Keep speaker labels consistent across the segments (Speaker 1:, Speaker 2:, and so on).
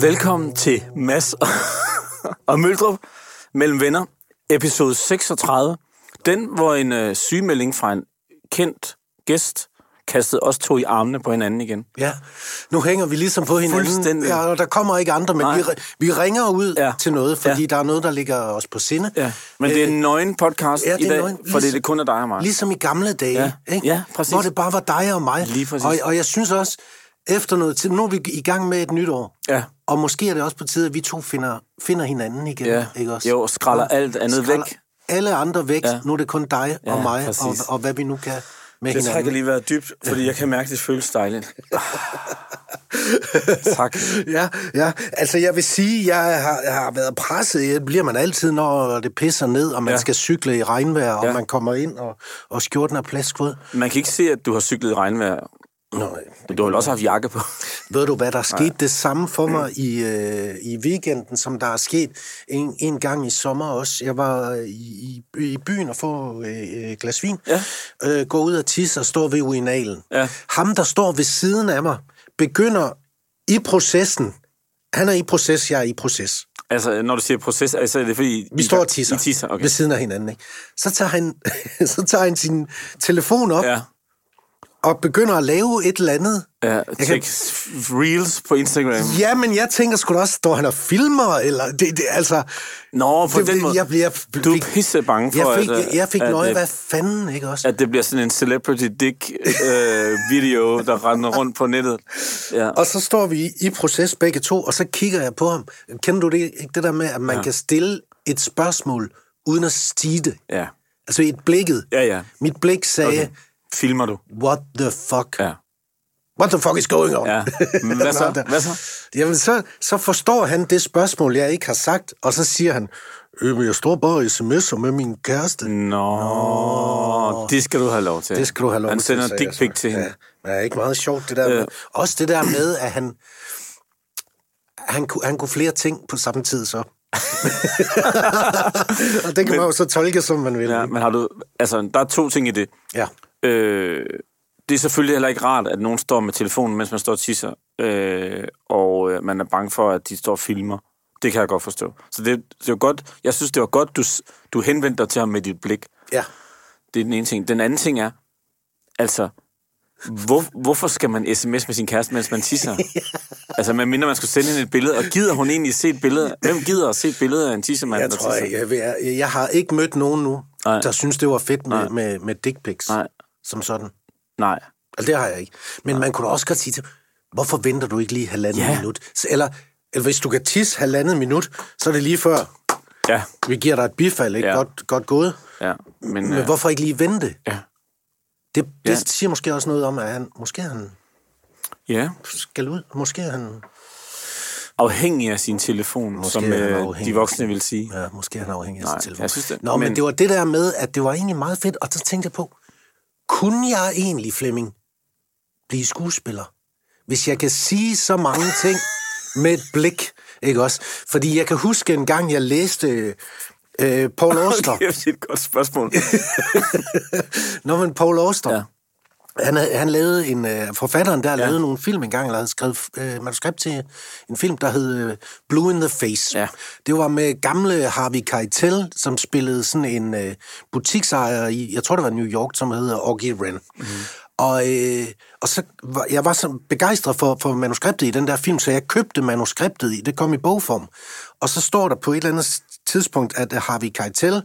Speaker 1: Velkommen til Mass og Møldrup mellem venner, episode 36. Den, hvor en øh, sygemelding fra en kendt gæst kastede os to i armene på hinanden igen.
Speaker 2: Ja, nu hænger vi ligesom på hinanden.
Speaker 1: Fuldstændig.
Speaker 2: Ja, og der kommer ikke andre, men
Speaker 1: Nej.
Speaker 2: vi, ri- vi ringer ud
Speaker 1: Ja.
Speaker 2: ja. til noget, fordi
Speaker 1: Ja.
Speaker 2: ja. der er noget, der ligger os på sinde.
Speaker 1: Ja. Men det er en nøgen podcast
Speaker 2: Øh, ja,
Speaker 1: i
Speaker 2: det er
Speaker 1: dag,
Speaker 2: nøgen.
Speaker 1: fordi
Speaker 2: Ligesom-
Speaker 1: det kun er dig og mig.
Speaker 2: Ligesom i gamle dage,
Speaker 1: Ja.
Speaker 2: Ikke?
Speaker 1: Ja, præcis.
Speaker 2: hvor det bare var dig og mig.
Speaker 1: Lige præcis.
Speaker 2: Og, og jeg synes også, efter noget tid, nu er vi i gang med et nyt år,
Speaker 1: Ja.
Speaker 2: og måske er det også på tide, at vi to finder, finder hinanden igen.
Speaker 1: Ja.
Speaker 2: Ikke også?
Speaker 1: Jo, skralder
Speaker 2: Og
Speaker 1: alt andet
Speaker 2: skralder
Speaker 1: væk.
Speaker 2: alle andre væk. Ja. Nu er det kun dig og
Speaker 1: Ja,
Speaker 2: mig, og,
Speaker 1: præcis.
Speaker 2: og hvad vi nu kan med
Speaker 1: Det
Speaker 2: hinanden.
Speaker 1: trækker lige været dybt, fordi jeg kan mærke, at det føles dejligt. tak.
Speaker 2: Ja, ja. Altså, jeg vil sige, jeg har, jeg har været presset. Det bliver man altid, når det pisser ned, og man
Speaker 1: Ja.
Speaker 2: ja. skal cykle i regnvejr, og
Speaker 1: Ja.
Speaker 2: ja. man kommer ind, og, og skjorten er plaskvåd.
Speaker 1: Man kan ikke se, at du har cyklet i regnvejr.
Speaker 2: Nå,
Speaker 1: Du har vel også haft jakke på.
Speaker 2: Ved du, hvad der er sket det samme for mig i, øh, i weekenden, som der er sket en, en gang i sommer også. Jeg var i, i, i byen og få øh, øh, glas vin,
Speaker 1: Ja.
Speaker 2: øh, går ud og tisse og står ved urinalen.
Speaker 1: Ja.
Speaker 2: Ham, der står ved siden af mig, begynder i processen. Han er i proces, jeg er i proces.
Speaker 1: Altså, når du siger proces, altså, er det fordi...
Speaker 2: Vi
Speaker 1: I-
Speaker 2: står og tisser,
Speaker 1: I tisser, okay.
Speaker 2: ved siden af hinanden. Ikke? Så, tager han, så tager han sin telefon op ja.
Speaker 1: Ja.
Speaker 2: og begynder at lave et eller andet.
Speaker 1: Ja,
Speaker 2: kan-
Speaker 1: tjek kan... reels på Instagram.
Speaker 2: Ja, men jeg tænker sgu da også, står han og filmer? Eller, det, det, altså,
Speaker 1: Nå, på
Speaker 2: det,
Speaker 1: den måde.
Speaker 2: Jeg, jeg,
Speaker 1: Du er pisse bange for,
Speaker 2: jeg fik,
Speaker 1: at,
Speaker 2: jeg,
Speaker 1: øh,
Speaker 2: jeg fik
Speaker 1: at,
Speaker 2: nøje,
Speaker 1: øh,
Speaker 2: hvad fanden, ikke også?
Speaker 1: at det bliver sådan en celebrity dick øh, video, der render rundt på nettet. Ja.
Speaker 2: Og så står vi i- i proces begge to, og så kigger jeg på ham. Kender du det ikke, det der med, at man ja. kan stille et spørgsmål, uden at stige det?
Speaker 1: ja.
Speaker 2: Altså et blikket.
Speaker 1: Ja, ja.
Speaker 2: Mit blik sagde, okay.
Speaker 1: Filmer du?
Speaker 2: what the fuck?
Speaker 1: Ja.
Speaker 2: What the fuck is going on?
Speaker 1: Ja. Men hvad så?
Speaker 2: Nå, der-
Speaker 1: Hvad så?
Speaker 2: Jamen, så, så forstår han det spørgsmål, jeg ikke har sagt, og så siger han, øh, men jeg står bare og sms'er med min kæreste. Mm.
Speaker 1: Nå, det skal du have lov til.
Speaker 2: Det skal du have lov
Speaker 1: Han
Speaker 2: til,
Speaker 1: sender
Speaker 2: sagde jeg
Speaker 1: dick
Speaker 2: så.
Speaker 1: pic til hende.
Speaker 2: Ja, det er ikke meget sjovt, det der.
Speaker 1: Ja.
Speaker 2: Ja. Også det der med, at han, han, kunne, han kunne flere ting på samme tid så. og det kan man jo så tolke, som man vil.
Speaker 1: Ja. ja.
Speaker 2: Ja.
Speaker 1: men har du... Altså, der er to ting i det.
Speaker 2: ja.
Speaker 1: Øh, det er selvfølgelig heller ikke rart, at nogen står med telefonen, mens man står og tisser, øh, og øh, man er bange for, at de står og filmer. Det kan jeg godt forstå. Så det, det var godt. Jeg synes, det var godt, du, s- du henvendte dig til ham med dit blik.
Speaker 2: ja.
Speaker 1: Det er den ene ting. Den anden ting er, altså, hvor, hvorfor skal man sms med sin kæreste, mens man tisser? Altså, man minder, man skulle sende hende et billede, og gider hun egentlig se et billede? Hvem gider at se et billede af en tissemand,
Speaker 2: Jeg
Speaker 1: der
Speaker 2: tror,
Speaker 1: tisser?
Speaker 2: jeg, jeg, jeg, jeg har ikke mødt nogen nu,
Speaker 1: Nej.
Speaker 2: Nej. der synes, det var fedt med, med, med dick pics.
Speaker 1: Nej.
Speaker 2: Som sådan.
Speaker 1: Nej.
Speaker 2: Altså, det har jeg ikke. Men man kunne da også godt sige til, hvorfor venter du ikke lige halvandet
Speaker 1: Ja.
Speaker 2: ja. minut? Så- Eller, eller hvis du kan tisse halvandet minut, så er det lige før,
Speaker 1: Ja,
Speaker 2: vi giver dig et bifald, ikke?
Speaker 1: Ja.
Speaker 2: Ja. Godt, godt gået.
Speaker 1: ja. Men,
Speaker 2: Men
Speaker 1: øh,
Speaker 2: hvorfor ikke lige vente?
Speaker 1: Ja.
Speaker 2: Det, det
Speaker 1: Ja.
Speaker 2: ja. siger måske også noget om, at han, måske han
Speaker 1: ja.
Speaker 2: skal ud. Måske han,
Speaker 1: afhængig af sin telefon, Måske som
Speaker 2: er han
Speaker 1: øh,
Speaker 2: afhængig.
Speaker 1: de voksne vil sige. Ja.
Speaker 2: ja, måske han er afhængig af
Speaker 1: Nej,
Speaker 2: sin telefon.
Speaker 1: jeg synes det.
Speaker 2: Nå, men...
Speaker 1: Men-
Speaker 2: men det var det der med, at det var egentlig meget fedt. Og så tænkte jeg på, kunne jeg egentlig, Flemming, blive skuespiller? Hvis jeg kan sige så mange ting med et blik, ikke også? Fordi jeg kan huske en gang, jeg læste øh, Paul Auster.
Speaker 1: Det er et godt spørgsmål.
Speaker 2: Nå, men Paul Auster,
Speaker 1: Ja.
Speaker 2: ja. han, havde- han lavede en, øh, forfatteren der ja. lavede nogle film engang, eller havde skrevet øh, manuskript til en film, der hed øh, Blue in the Face.
Speaker 1: Ja.
Speaker 2: Det var med gamle Harvey Keitel, som spillede sådan en øh, butiksejer i, jeg tror det var New York, som hedder Augie Wren.
Speaker 1: Mhm.
Speaker 2: Mm-hmm. Og, øh, og så var, jeg var så begejstret for, for manuskriptet i den der film, så jeg købte manuskriptet i, det kom i bogform. Og så står der på et eller andet tidspunkt, at øh, Harvey Keitel,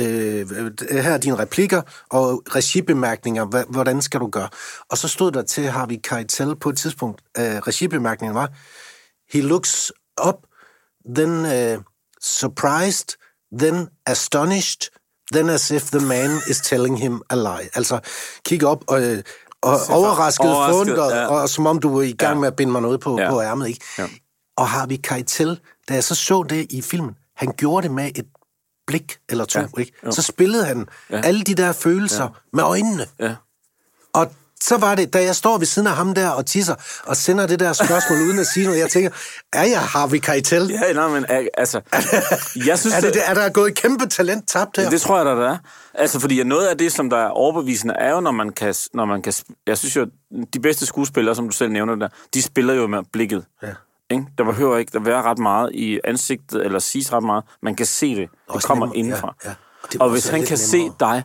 Speaker 2: øh, øh, her er dine replikker og regibemærkninger, hva- hvordan skal du gøre? Og så stod der til Harvey Keitel på et tidspunkt, øh, regibemærkningen var, he looks up, then øh, surprised, then astonished, then as if the man is telling him a lie. Altså, kig op og, øh, og overrasket,
Speaker 1: overrasket,
Speaker 2: forundret,
Speaker 1: ja.
Speaker 2: ja. og, og som om du er i gang
Speaker 1: Ja.
Speaker 2: ja. med at binde mig noget på,
Speaker 1: Ja.
Speaker 2: ja. på ærmet, ikke?
Speaker 1: Ja.
Speaker 2: Ja. Og Harvey Keitel, da jeg så så det i filmen, han gjorde det med et blik eller to, ja. ikke? Så spillede han ja. alle de der følelser ja. med øjnene.
Speaker 1: ja.
Speaker 2: Og så var det, da jeg står ved siden af ham der og tisser, og sender det der spørgsmål uden at sige noget, jeg tænker, er jeg Harvey Keitel? Ja.
Speaker 1: ja, nej, men al- altså, jeg synes,
Speaker 2: Er, det, det- er der gået et kæmpe talent tabt her?
Speaker 1: det tror jeg, der, der er. Altså, fordi noget af det, som der er overbevisende, er jo, når man kan... Når man kan sp- jeg synes jo, de bedste skuespillere, som du selv nævner der, de spiller jo med blikket. Ja. Ikke? Der behøver ikke at være ret meget i ansigtet, eller siges ret meget. Man kan se det. Det
Speaker 2: Også
Speaker 1: kommer
Speaker 2: nemmere,
Speaker 1: indenfra.
Speaker 2: ja, ja. Og
Speaker 1: Og,
Speaker 2: det er
Speaker 1: og
Speaker 2: også
Speaker 1: hvis han
Speaker 2: lidt
Speaker 1: kan se
Speaker 2: nemmere.
Speaker 1: dig,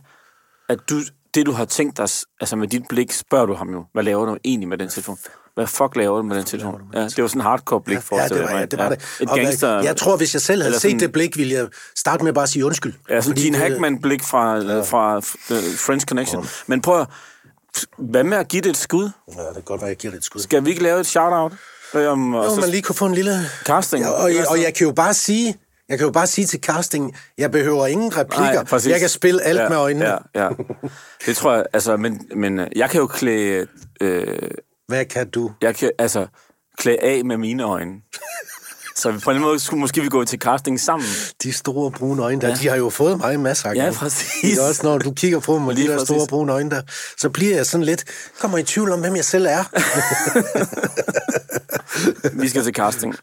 Speaker 1: at du, det du har tænkt dig, altså med dit blik, spørger du ham jo, hvad laver du egentlig med den telefon? Hvad fuck laver du med den telefon? Ja, det var sådan en hardcore blik,
Speaker 2: Ja,
Speaker 1: forestiller
Speaker 2: det
Speaker 1: jeg
Speaker 2: var, ja,
Speaker 1: mig.
Speaker 2: det var
Speaker 1: Ja.
Speaker 2: det.
Speaker 1: Et
Speaker 2: Og hvad-
Speaker 1: gangster...
Speaker 2: Jeg tror, hvis jeg selv havde
Speaker 1: eller
Speaker 2: set
Speaker 1: sådan-
Speaker 2: det blik, ville jeg starte med bare at sige undskyld.
Speaker 1: Ja, sådan
Speaker 2: Fordi
Speaker 1: Gene
Speaker 2: det-
Speaker 1: Hackman-blik fra, ja. fra øh, French Connection. Men prøv at, hvad med at give det et skud?
Speaker 2: Ja, det kan godt være, jeg giver det et skud.
Speaker 1: Skal vi ikke lave et shout-out? Øh, Om, og
Speaker 2: Jo,
Speaker 1: så
Speaker 2: man lige kunne få en lille...
Speaker 1: casting.
Speaker 2: Ja, og, jeg- og jeg kan jo bare sige... Jeg kan jo bare sige til casting, jeg behøver ingen replikker.
Speaker 1: præcis.
Speaker 2: jeg kan spille alt
Speaker 1: ja,
Speaker 2: med øjnene.
Speaker 1: Ja, ja. Det tror jeg, altså, men, men øh, jeg kan jo klæde, øh,
Speaker 2: Hvad kan du?
Speaker 1: jeg kan, altså, klæde af med mine øjne. Så på en måde skulle måske vi gå til casting sammen.
Speaker 2: De store brune øjne der, ja. de har jo fået mig masser af
Speaker 1: Ja,
Speaker 2: gange.
Speaker 1: præcis.
Speaker 2: Ikke Også når du kigger på dem med de
Speaker 1: Lige
Speaker 2: der
Speaker 1: præcis.
Speaker 2: store brune øjne der, så bliver jeg sådan lidt, kommer i tvivl om, hvem jeg selv er.
Speaker 1: Vi skal til casting.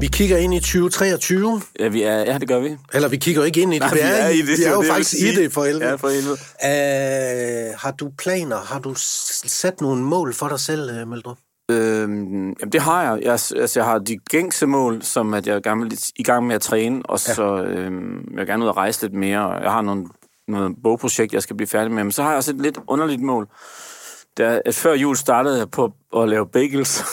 Speaker 2: vi kigger ind i 2023,
Speaker 1: Ja, vi er, ja det gør vi.
Speaker 2: eller vi kigger jo ikke ind i det,
Speaker 1: Nej, vi er i det,
Speaker 2: vi
Speaker 1: det er
Speaker 2: er
Speaker 1: jo
Speaker 2: jo
Speaker 1: det, jeg vil
Speaker 2: faktisk i
Speaker 1: sige.
Speaker 2: det for helvede.
Speaker 1: Ja, for helvede.
Speaker 2: Øh, har du planer, har du s- sat nogle mål for dig selv, øh, Meldrup?
Speaker 1: Øhm, jamen, det har jeg. jeg. Altså, jeg har de gængse mål, som at jeg er gammel, i gang med at træne, og så øhm, jeg vil gerne ud og rejse lidt mere. og Jeg har nogle, nogle bogprojekt, jeg skal blive færdig med. Men så har jeg også et lidt underligt mål. Da, at før jul startede jeg på at lave bagels.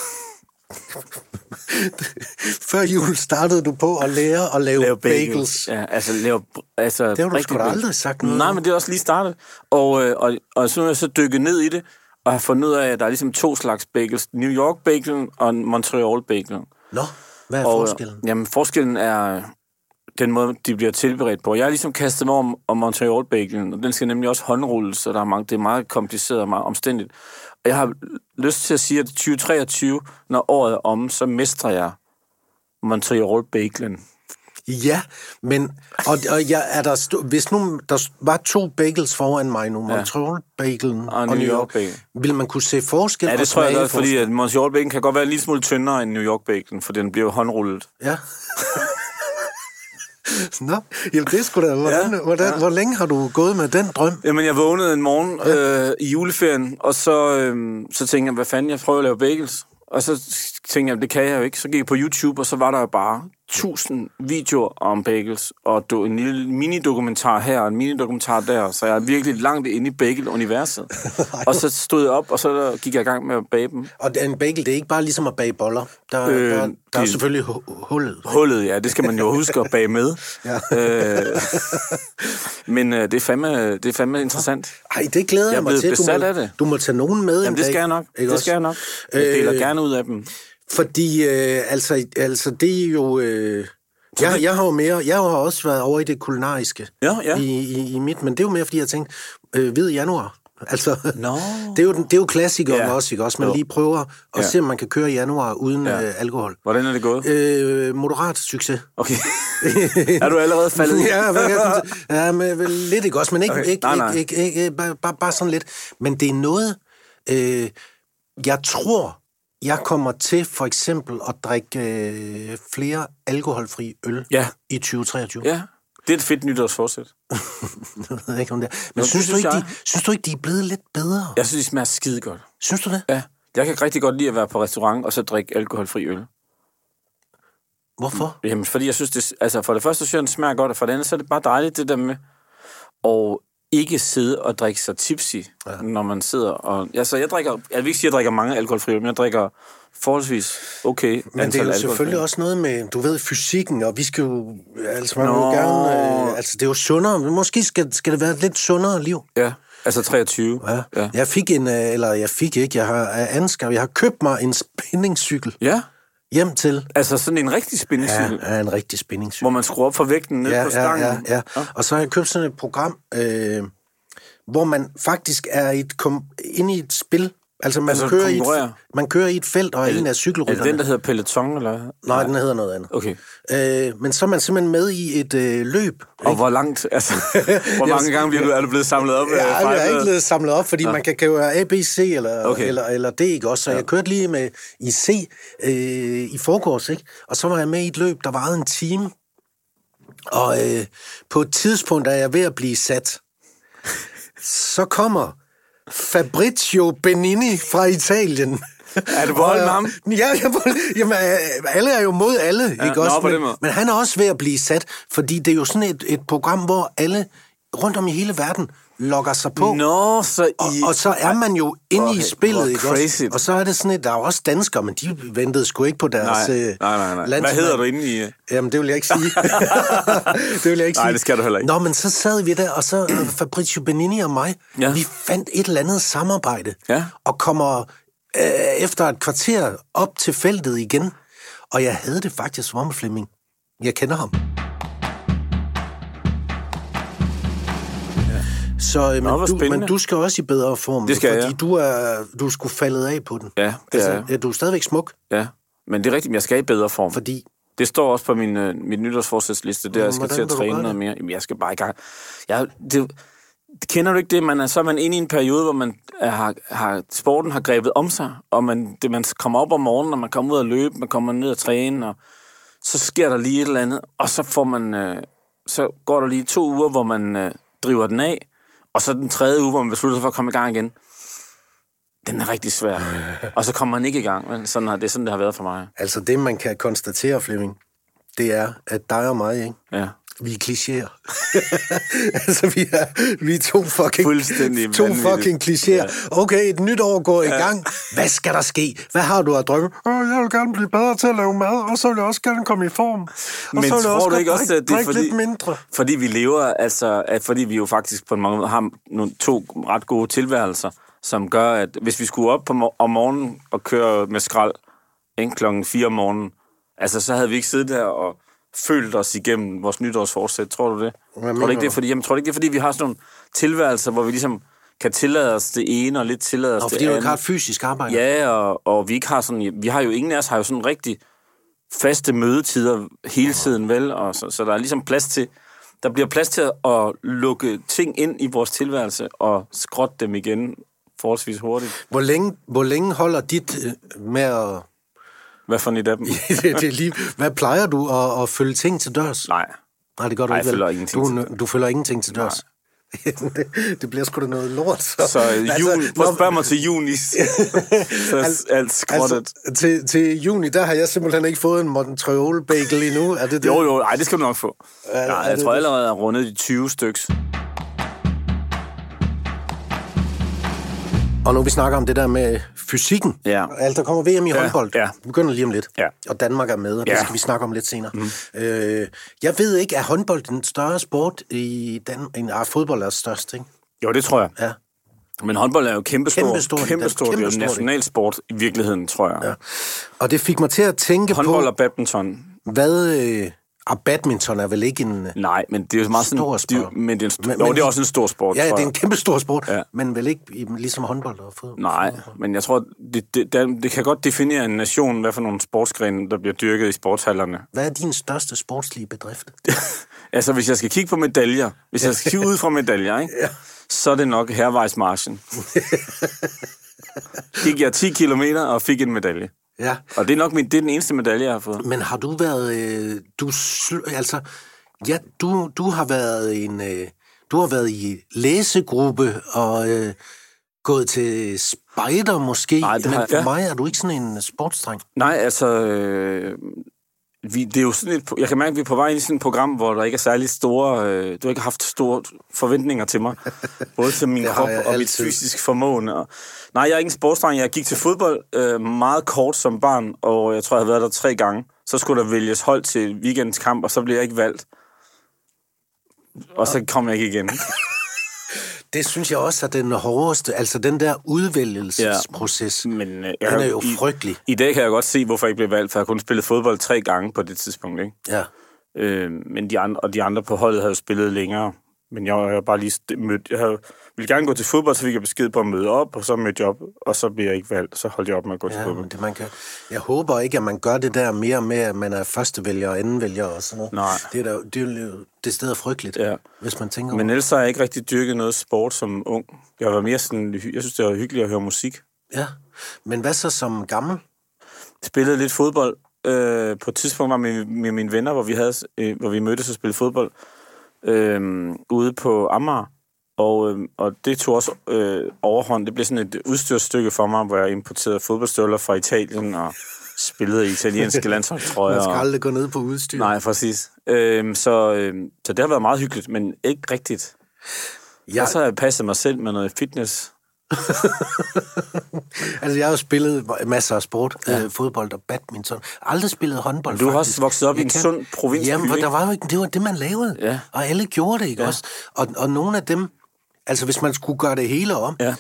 Speaker 2: Før jul startede du på at lære at lave, lave bagels. bagels.
Speaker 1: Ja, altså lave... Altså, det
Speaker 2: har du sgu da aldrig sagt noget
Speaker 1: Nej,
Speaker 2: om.
Speaker 1: men det er også lige startet. Og, øh, og, og så er jeg så dykket ned i det, og har fundet ud af, at der er ligesom to slags bagels. New York-bagelen og Montreal-bagelen.
Speaker 2: Nå, hvad er
Speaker 1: Og, øh,
Speaker 2: forskellen?
Speaker 1: Jamen, forskellen er øh, den måde, de bliver tilberedt på. Jeg har ligesom kastet mig om, om montreal bagelen og den skal nemlig også håndrulles, og der er mange, det er meget kompliceret og meget omstændigt. Og jeg har lyst til at sige, at 2023, når året er omme, så mestrer jeg montreal bagelen
Speaker 2: Ja, men og, og jeg, er der st- hvis nu der s- var to bagels foran mig nu, Montreal-bagelen og,
Speaker 1: New
Speaker 2: New
Speaker 1: York-bagel.
Speaker 2: York, ville man kunne se forskel
Speaker 1: Ja,
Speaker 2: og
Speaker 1: det tror jeg
Speaker 2: smage
Speaker 1: godt, fordi
Speaker 2: forskel?
Speaker 1: at montreal bagelen kan godt være en lille smule tyndere end New york bagelen for den bliver jo håndrullet.
Speaker 2: Ja. Nå, jamen det skulle da... Hvordan, ja, hvordan, ja. Hvor længe har du gået med den drøm?
Speaker 1: Jamen, jeg vågnede en morgen øh, i juleferien, og så, øh, så tænkte jeg, hvad fanden, jeg prøver at lave bagels. Og så tænkte jeg, det kan jeg jo ikke. Så gik jeg på YouTube, og så var der jo bare tusind videoer om bagels, og do, en lille minidokumentar her, og en minidokumentar der, så jeg er virkelig langt inde i bagel-universet. og så stod jeg op, og så gik jeg i gang med at bage dem.
Speaker 2: Og en bagel, det er ikke bare ligesom at bage boller. Der,
Speaker 1: Øh,
Speaker 2: øh, der, der er
Speaker 1: det-
Speaker 2: selvfølgelig hu- hullet.
Speaker 1: Hullet, ja, det skal man jo huske at bage med.
Speaker 2: Ja.
Speaker 1: Øh, men øh, det, er fandme, det er fandme interessant.
Speaker 2: Ej, det glæder jeg,
Speaker 1: Jeg er
Speaker 2: mig
Speaker 1: blevet
Speaker 2: til. Du
Speaker 1: besat
Speaker 2: må,
Speaker 1: af det.
Speaker 2: du må tage nogen med en
Speaker 1: Jamen, det
Speaker 2: dag,
Speaker 1: skal jeg nok.
Speaker 2: ikke
Speaker 1: Det
Speaker 2: også?
Speaker 1: skal jeg nok. Jeg deler
Speaker 2: Øh,
Speaker 1: gerne ud af dem.
Speaker 2: Fordi øh, altså, altså, det er jo... Øh, jeg, jeg har jo mere, jeg har også været over i det kulinariske
Speaker 1: Ja, ja.
Speaker 2: I, i, i mit, men det er jo mere, fordi jeg tænkte, øh, hvid januar. Altså,
Speaker 1: Nå.
Speaker 2: det, er jo, den- det er jo klassikeren
Speaker 1: Ja.
Speaker 2: ja. også, ikke? Også man
Speaker 1: Jo.
Speaker 2: lige prøver at
Speaker 1: Ja.
Speaker 2: ja. se, om man kan køre i januar uden
Speaker 1: Ja.
Speaker 2: ja. øh, alkohol.
Speaker 1: Hvordan er det gået?
Speaker 2: Øh, moderat succes.
Speaker 1: Okay. er du allerede faldet i?
Speaker 2: ja, hvad kan jeg komme til? ja, men vel, lidt ikke også, men ikke,
Speaker 1: Okay.
Speaker 2: okay. ikke,
Speaker 1: Nej, nej.
Speaker 2: ikke, ikke, ikke, ikke bare, bare, bare sådan lidt. Men det er noget, øh, jeg tror, jeg kommer til for eksempel at drikke øh, flere alkoholfri øl
Speaker 1: Ja.
Speaker 2: i 2023.
Speaker 1: ja. Det er et fedt nytårsforsæt.
Speaker 2: Jeg ved ikke, om det er. Men
Speaker 1: det
Speaker 2: synes, du
Speaker 1: synes
Speaker 2: ikke,
Speaker 1: jeg.
Speaker 2: de, synes du ikke, de er blevet lidt bedre?
Speaker 1: Jeg synes, de smager skide godt.
Speaker 2: Synes du det?
Speaker 1: Ja. Jeg kan rigtig godt lide at være på restaurant og så drikke alkoholfri øl.
Speaker 2: Hvorfor?
Speaker 1: Jamen, fordi jeg synes, det, altså for det første synes jeg, den smager godt, og for det andet, så er det bare dejligt det der med at ikke sidde og drikke sig tipsy, ja. når man sidder og... Altså, jeg drikker... Jeg vil ikke sige, at jeg drikker mange alkoholfri øl, men jeg drikker forholdsvis okay
Speaker 2: Men det er jo
Speaker 1: alkoholfri
Speaker 2: selvfølgelig
Speaker 1: øl.
Speaker 2: også noget med, du ved, fysikken, og vi skal jo, altså man vil
Speaker 1: Nå.
Speaker 2: jo gerne, øh, altså det er jo sundere, men måske skal, skal det være et lidt sundere liv.
Speaker 1: Ja, altså 23.
Speaker 2: Ja.
Speaker 1: Ja.
Speaker 2: ja. Jeg fik en, øh, eller jeg fik ikke, jeg har øh, anskaffet, jeg har købt mig en spændingscykel
Speaker 1: ja.
Speaker 2: hjem til.
Speaker 1: Altså sådan en rigtig
Speaker 2: Ja,
Speaker 1: spændingscykel,
Speaker 2: ja, en rigtig spændingscykel.
Speaker 1: Mhm. hvor man skruer op for vægten ned
Speaker 2: Ja,
Speaker 1: på
Speaker 2: ja,
Speaker 1: stangen.
Speaker 2: ja, ja. Og så har jeg købt sådan et program, øh, hvor man faktisk er i et kom, inde i et spil. Altså man,
Speaker 1: Altså,
Speaker 2: altså, kører, i
Speaker 1: konkurrerer.
Speaker 2: et, man kører i et felt og er en af
Speaker 1: Er det
Speaker 2: cykelrytterne.
Speaker 1: den, der hedder Peloton, eller hvad?
Speaker 2: Nej, den hedder noget andet.
Speaker 1: Okay.
Speaker 2: Øh, men så er man simpelthen med i et øh, løb.
Speaker 1: Og hvor langt, altså, hvor mange gange bliver du, er du blevet samlet op? øh,
Speaker 2: Ja,
Speaker 1: af
Speaker 2: jeg er
Speaker 1: fejlbladet?
Speaker 2: ikke blevet samlet op, fordi ja. man kan køre A, B, C eller,
Speaker 1: Okay.
Speaker 2: okay. eller, eller D, ikke også? Så ja. jeg kørte lige med i C øh, i forgårs, ikke? Og så var jeg med i et løb, der varede en time. Og øh, på et tidspunkt er jeg ved at blive sat. Så kommer Fabrizio Benini fra Italien.
Speaker 1: Er det vold med ham?
Speaker 2: Ja, jeg, jamen, øh, alle er jo mod alle,
Speaker 1: Ja,
Speaker 2: ja, ikke
Speaker 1: nå,
Speaker 2: også?
Speaker 1: på den
Speaker 2: men,
Speaker 1: måde.
Speaker 2: men han er også ved at blive sat, fordi det er jo sådan et, et program, hvor alle rundt om i hele verden logger sig på.
Speaker 1: Nå, så I...
Speaker 2: Og, og så er man jo inde
Speaker 1: Okay,
Speaker 2: i spillet,
Speaker 1: hvor
Speaker 2: ikke
Speaker 1: crazy.
Speaker 2: også? Og så er det sådan, at der er jo også danskere, men de ventede sgu ikke på deres
Speaker 1: Nej,
Speaker 2: øh,
Speaker 1: nej, nej, nej. Hvad
Speaker 2: landsmand.
Speaker 1: hedder du inde i... øh?
Speaker 2: Jamen, det vil jeg ikke sige. det vil jeg ikke
Speaker 1: Nej,
Speaker 2: sige.
Speaker 1: det skal du heller ikke.
Speaker 2: Nå, men så sad vi der, og så øh, Fabrizio Benini og mig,
Speaker 1: Ja.
Speaker 2: ja. vi fandt et eller andet samarbejde,
Speaker 1: Ja.
Speaker 2: og kommer øh, efter et kvarter op til feltet igen. Og jeg havde det faktisk som om Flemming. Jeg kender ham. Så, øh, men,
Speaker 1: Nå, hvor
Speaker 2: du, men
Speaker 1: spændende.
Speaker 2: du skal også i bedre form,
Speaker 1: Det skal jeg,
Speaker 2: fordi
Speaker 1: ja.
Speaker 2: du er du er sgu faldet af på den.
Speaker 1: Ja, det er jeg.
Speaker 2: ja, du er stadigvæk smuk,
Speaker 1: Altså, Ja, men det er rigtigt, men jeg skal i bedre form.
Speaker 2: fordi
Speaker 1: Det står også på min, øh, min nytårsforsætsliste, der jeg skal
Speaker 2: Hvordan
Speaker 1: til at
Speaker 2: vil du
Speaker 1: træne
Speaker 2: gøre
Speaker 1: noget mere. Jamen, jeg skal bare i gang. Jeg, det, kender du ikke det? Man er, så er man inde i en periode, hvor man er, har, har, sporten har grebet om sig, og man, det, man kommer op om morgenen, og man kommer ud og løbe, man kommer ned og træne, og så sker der lige et eller andet, og så får man, øh, så går der lige to uger, hvor man øh, driver den af, og så den tredje uge, hvor man beslutter sig for at komme i gang igen. Den er rigtig svær. og så kommer man ikke i gang. Men sådan har, det er sådan, det har været for mig.
Speaker 2: Altså det, man kan konstatere, Flemming, det er, at dig og mig, ikke?
Speaker 1: Ja.
Speaker 2: vi er klichéer. altså, vi er, vi er to fucking,
Speaker 1: Fuldstændig
Speaker 2: to
Speaker 1: vanvittigt.
Speaker 2: fucking klichéer. Okay, et nyt år går i gang. Hvad skal der ske? Hvad har du at drømme? Åh, jeg vil gerne blive bedre til at lave mad, og så vil jeg også gerne komme i form. Og
Speaker 1: Men
Speaker 2: så vil jeg
Speaker 1: tror
Speaker 2: også
Speaker 1: du ikke
Speaker 2: godt
Speaker 1: også, at det er
Speaker 2: drikke
Speaker 1: fordi,
Speaker 2: lidt mindre.
Speaker 1: fordi vi lever, altså, at fordi vi jo faktisk på en måde har nogle, to ret gode tilværelser, som gør, at hvis vi skulle op på mor- om morgenen og køre med skrald ikke, klokken 4 om morgenen, altså, så havde vi ikke siddet der og følt os igennem vores nytårsforsæt. Tror du det? tror
Speaker 2: mener
Speaker 1: du ikke, det er
Speaker 2: du?
Speaker 1: fordi, jamen, tror du ikke, det er fordi, vi har sådan nogle tilværelser, hvor vi ligesom kan tillade os det ene og lidt tillade os
Speaker 2: Og
Speaker 1: det
Speaker 2: fordi
Speaker 1: andet.
Speaker 2: du ikke har et fysisk arbejde.
Speaker 1: Ja, og, og vi ikke har sådan... Vi har jo ingen af os har jo sådan rigtig faste mødetider hele tiden, vel? Og så, så der er ligesom plads til... Der bliver plads til at lukke ting ind i vores tilværelse og skrotte dem igen forholdsvis hurtigt.
Speaker 2: Hvor, længe, hvor længe holder dit øh, med at...
Speaker 1: Hvad for en af dem?
Speaker 2: det er lige, hvad plejer du at, at følge ting til dørs?
Speaker 1: Nej.
Speaker 2: Nej, det gør du
Speaker 1: Nej, jeg
Speaker 2: ikke. vel?
Speaker 1: følger ingenting
Speaker 2: du, til Du følger ingenting til dørs. det bliver sgu da noget lort. Så,
Speaker 1: Så øh, jul, altså, prøv at
Speaker 2: nå,
Speaker 1: spørge mig til juni. så er
Speaker 2: Al-
Speaker 1: alt skrottet. Altså,
Speaker 2: altså, til, til juni, der har jeg simpelthen ikke fået en Montreal bagel endnu. Er det det?
Speaker 1: jo, jo, ej, det skal du nok få.
Speaker 2: Er-
Speaker 1: Nej,
Speaker 2: er
Speaker 1: jeg
Speaker 2: det
Speaker 1: tror
Speaker 2: det?
Speaker 1: allerede, jeg har rundet de 20 styks.
Speaker 2: Og nu vi snakker om det der med fysikken.
Speaker 1: Ja.
Speaker 2: Altså, der kommer VM i håndbold.
Speaker 1: ja.
Speaker 2: Vi begynder lige om lidt.
Speaker 1: Ja.
Speaker 2: Og Danmark er med, og det
Speaker 1: Ja. Mhm.
Speaker 2: skal vi snakke om lidt senere. Mm. Øh, jeg ved ikke, er håndbold den større sport i Danmark? Nej, fodbold er størst, ikke?
Speaker 1: Jo, det tror jeg.
Speaker 2: Ja.
Speaker 1: Men håndbold er jo kæmpestor.
Speaker 2: Kæmpestor.
Speaker 1: Kæmpestor. Det er jo en
Speaker 2: Kæmpestor.
Speaker 1: nationalsport i virkeligheden, tror jeg. Ja.
Speaker 2: Og det fik mig til at tænke
Speaker 1: Håndbold
Speaker 2: på,
Speaker 1: og badminton.
Speaker 2: hvad... Øh, og badminton er vel ikke en... øh,
Speaker 1: Nej, men det er jo meget sådan...
Speaker 2: Stor
Speaker 1: Det, er jo-
Speaker 2: sport.
Speaker 1: men det er, en st-
Speaker 2: Men-
Speaker 1: jo,
Speaker 2: men-
Speaker 1: det er også en stor sport,
Speaker 2: Ja,
Speaker 1: tror
Speaker 2: det
Speaker 1: jeg.
Speaker 2: er en kæmpe stor sport,
Speaker 1: Ja.
Speaker 2: ja. men vel ikke i- ligesom håndbold og fodbold.
Speaker 1: Nej, men jeg tror, det, det, det, det kan godt definere en nation, hvad for nogle sportsgrene, der bliver dyrket i sportshallerne.
Speaker 2: Hvad er din største sportslige bedrift?
Speaker 1: altså, hvis jeg skal kigge på medaljer, hvis jeg skal kigge ud fra medaljer, ikke? så er det nok hervejsmarchen. Gik jeg 10 kilometer og fik en medalje.
Speaker 2: Ja.
Speaker 1: Og det er nok min, det er den eneste medalje, jeg har fået.
Speaker 2: Men har du været... Øh, du, sl- altså, ja, du, du har været en... Øh, du har været i læsegruppe og øh, gået til spejder måske,
Speaker 1: Nej, det
Speaker 2: men
Speaker 1: har jeg-
Speaker 2: for
Speaker 1: ja.
Speaker 2: mig er du ikke sådan en øh, sportsdreng.
Speaker 1: Nej, altså... Øh, vi, det er jo sådan et, jeg kan mærke, at vi er på vej ind i sådan et program, hvor der ikke er særlig store... Øh, du har ikke haft store forventninger til mig. Både til min
Speaker 2: Det har
Speaker 1: krop
Speaker 2: jeg
Speaker 1: og mit
Speaker 2: altid.
Speaker 1: fysisk formåen. Og, nej, jeg er ikke en sportsdreng. Jeg gik til fodbold øh, meget kort som barn, og jeg tror, jeg har været der tre gange. Så skulle der vælges hold til weekendens kamp, og så blev jeg ikke valgt. Og så kom jeg ikke igen.
Speaker 2: Det synes jeg også er den hårdeste, altså den der udvælgelsesproces. Ja.
Speaker 1: Men øh, jeg,
Speaker 2: Den
Speaker 1: har-
Speaker 2: er jo
Speaker 1: i,
Speaker 2: frygtelig.
Speaker 1: I dag kan jeg godt se, hvorfor jeg ikke blev valgt, for jeg har kun spillet fodbold tre gange på det tidspunkt. Ikke?
Speaker 2: Ja.
Speaker 1: Øh, men de andre, og de andre på holdet havde jo spillet længere. Men jeg var jo bare lige st- mødt. Jeg havde, ville gerne gå til fodbold, så fik jeg besked på at møde op, og så mødte jeg op, og så blev jeg ikke valgt. Så holdt jeg op med at gå til
Speaker 2: Ja,
Speaker 1: fodbold.
Speaker 2: men det man kan. Jeg håber ikke, at man gør det der mere med, at man er førstevælger og andenvælger og sådan noget.
Speaker 1: Nej.
Speaker 2: Det er, da, det er jo det sted frygteligt,
Speaker 1: Ja.
Speaker 2: ja. hvis man tænker
Speaker 1: Men
Speaker 2: over
Speaker 1: ellers har jeg ikke rigtig dyrket noget sport som ung. Jeg var mere sådan, hy- jeg synes, det var hyggeligt at høre musik.
Speaker 2: Ja. Men hvad så som gammel?
Speaker 1: Spillede lidt fodbold. Øh, på et tidspunkt var med, med mine venner, hvor vi, havde, øh, hvor vi mødtes og spillede fodbold, øh, ude på Amager. Og, øh, og det tog også øh, overhånd. Det blev sådan et udstyrsstykke for mig, hvor jeg importerede fodboldstøvler fra Italien og spillede i italienske landsholdstrøjer.
Speaker 2: Man skal
Speaker 1: og-
Speaker 2: aldrig gå ned på udstyr.
Speaker 1: Nej, præcis. Øhm, så, øhm, så det har været meget hyggeligt, men ikke rigtigt.
Speaker 2: Jeg-
Speaker 1: Jeg... Og så har jeg passet mig selv med noget fitness.
Speaker 2: Altså, jeg har jo spillet masser af sport, ja. øh, fodbold og badminton. Aldrig spillet håndbold,
Speaker 1: Du har
Speaker 2: faktisk.
Speaker 1: også vokset op i en sund provinsby,
Speaker 2: Jamen, for
Speaker 1: ikke?
Speaker 2: der var jo ikke, det var det, man lavede.
Speaker 1: Ja.
Speaker 2: Og alle gjorde det, ikke ja. også? Og, og nogle af dem, altså hvis man skulle gøre det hele om,
Speaker 1: Ja.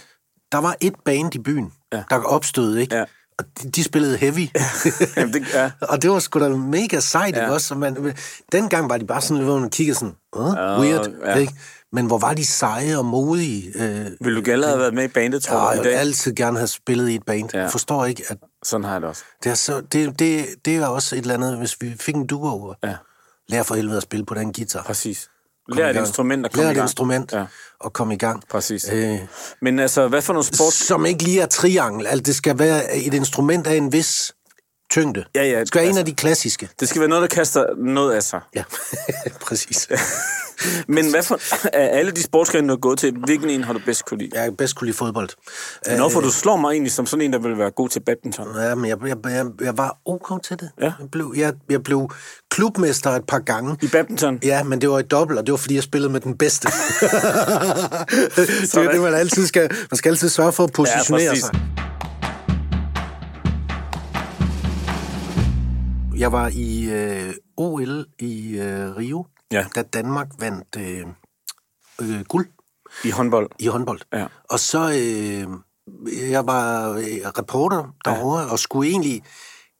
Speaker 2: der var et band i byen, ja. der opstod, ikke?
Speaker 1: Ja.
Speaker 2: Og de, de spillede heavy.
Speaker 1: Jamen, det- ja.
Speaker 2: og det var sgu da mega sejt, ja. ikke også? Og Man, dengang var de bare sådan lidt, hvor man kiggede sådan, uh, weird,
Speaker 1: ja.
Speaker 2: ikke? Men hvor var de seje og modige. Øh,
Speaker 1: Vil du gerne have været med i bandet,
Speaker 2: og
Speaker 1: tror du,
Speaker 2: jeg
Speaker 1: i
Speaker 2: vil
Speaker 1: dag?
Speaker 2: altid gerne have spillet i et band.
Speaker 1: Ja.
Speaker 2: Ja. Forstår ikke, at
Speaker 1: Sådan har jeg det også.
Speaker 2: det er, så, det, det, det er også et eller andet, hvis vi fik en duo,
Speaker 1: Ja.
Speaker 2: lær for helvede at spille på den guitar.
Speaker 1: Præcis.
Speaker 2: Kom
Speaker 1: Lær
Speaker 2: i
Speaker 1: et
Speaker 2: gang.
Speaker 1: instrument og kom
Speaker 2: Lær
Speaker 1: i
Speaker 2: et
Speaker 1: gang.
Speaker 2: instrument
Speaker 1: Ja,
Speaker 2: og kom i gang.
Speaker 1: præcis. Øh.
Speaker 2: Øh,
Speaker 1: Men altså, hvad for noget sport?
Speaker 2: som ikke lige er triangel. Altså, det skal være et instrument af en vis tyngde.
Speaker 1: Ja, ja,
Speaker 2: Det skal være
Speaker 1: altså-
Speaker 2: altså... en af de klassiske.
Speaker 1: Det skal være noget, der kaster noget af sig.
Speaker 2: Ja, præcis.
Speaker 1: Men hvad for, af alle de sportsgrene, du har gået til, hvilken en har du bedst kunne lide?
Speaker 2: Jeg kan bedst kunne lide fodbold.
Speaker 1: Ja. Nå,
Speaker 2: øh.
Speaker 1: for du slår mig egentlig som sådan en, der vil være god til badminton.
Speaker 2: Ja, men jeg, jeg, jeg, jeg var ok til det.
Speaker 1: Ja.
Speaker 2: Jeg, blev, jeg, jeg blev klubmester et par gange.
Speaker 1: I badminton?
Speaker 2: Ja, men det var i dobbelt, og det var, fordi jeg spillede med den bedste. det er jo
Speaker 1: Sådan.
Speaker 2: det, man altid skal... Man skal altid sørge for at positionere ja,
Speaker 1: præcis.
Speaker 2: sig. Jeg var i øh, OL i øh, Rio,
Speaker 1: Ja.
Speaker 2: da Danmark vandt øh, øh, guld
Speaker 1: I håndbold?
Speaker 2: i håndbold.
Speaker 1: Ja.
Speaker 2: Og så... Øh, jeg var øh, reporter derovre, ja. og skulle egentlig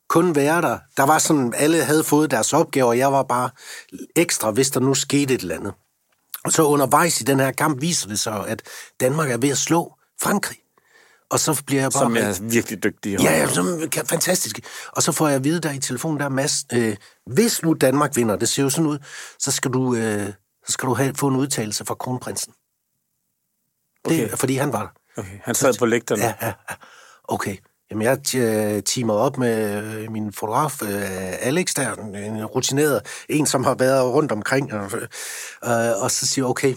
Speaker 2: kun være der. Der var sådan, alle havde fået deres opgaver, og jeg var bare ekstra, hvis der nu skete et eller andet. Og så undervejs i den her kamp viser det sig, at Danmark er ved at slå Frankrig. Og så bliver jeg bare...
Speaker 1: Som er virkelig dygtig. i
Speaker 2: Ja,
Speaker 1: håndbold.
Speaker 2: ja, som, kan- fantastisk. Og så får jeg at vide der i telefonen, der er Mads, øh, hvis nu Danmark vinder, det ser jo sådan ud, så skal du, øh, så skal du have, få en udtalelse fra kronprinsen. Det,
Speaker 1: Okay.
Speaker 2: Fordi han var der.
Speaker 1: Okay. Han sad på lægterne.
Speaker 2: Ja, ja, ja. Okay. Jamen, jeg øh, teamer op med øh, min fotograf, øh, Alex, der er en- en rutineret, en, som har været rundt omkring, og, øh, og så siger jeg, okay,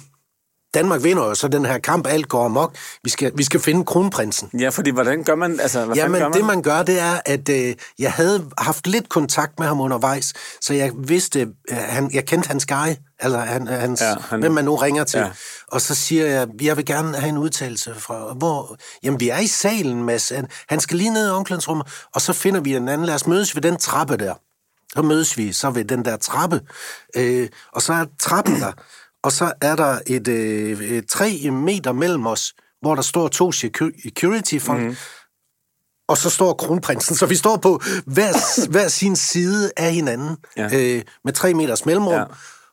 Speaker 2: Danmark vinder jo så den her kamp, alt går amok, vi skal, vi skal finde kronprinsen.
Speaker 1: Ja, fordi hvordan gør man... Altså, hvad fanden
Speaker 2: Jamen,
Speaker 1: gør man?
Speaker 2: det man gør, det er, at øh, jeg havde haft lidt kontakt med ham undervejs, så jeg vidste, øh, han, jeg kendte hans guy, altså han, hans, ja,
Speaker 1: Ja,
Speaker 2: han,
Speaker 1: han-
Speaker 2: hvem man nu ringer til. Ja.
Speaker 1: Ja.
Speaker 2: Og så siger jeg, jeg vil gerne have en udtalelse fra, hvor, jamen vi er i salen, Mads, han, han skal lige ned i omklædningsrummet, og så finder vi en anden, lad os mødes ved den trappe der. Så mødes vi så ved den der trappe, øh, og så er trappen der, og så er der et, øh, øh, tre meter mellem os, hvor der står to security-folk,
Speaker 1: Mhm.
Speaker 2: mm og så står kronprinsen. Så vi står på hver, hver sin side af hinanden, ja.
Speaker 1: Ja.
Speaker 2: øh, med tre meters mellemrum. Ja.
Speaker 1: Ja.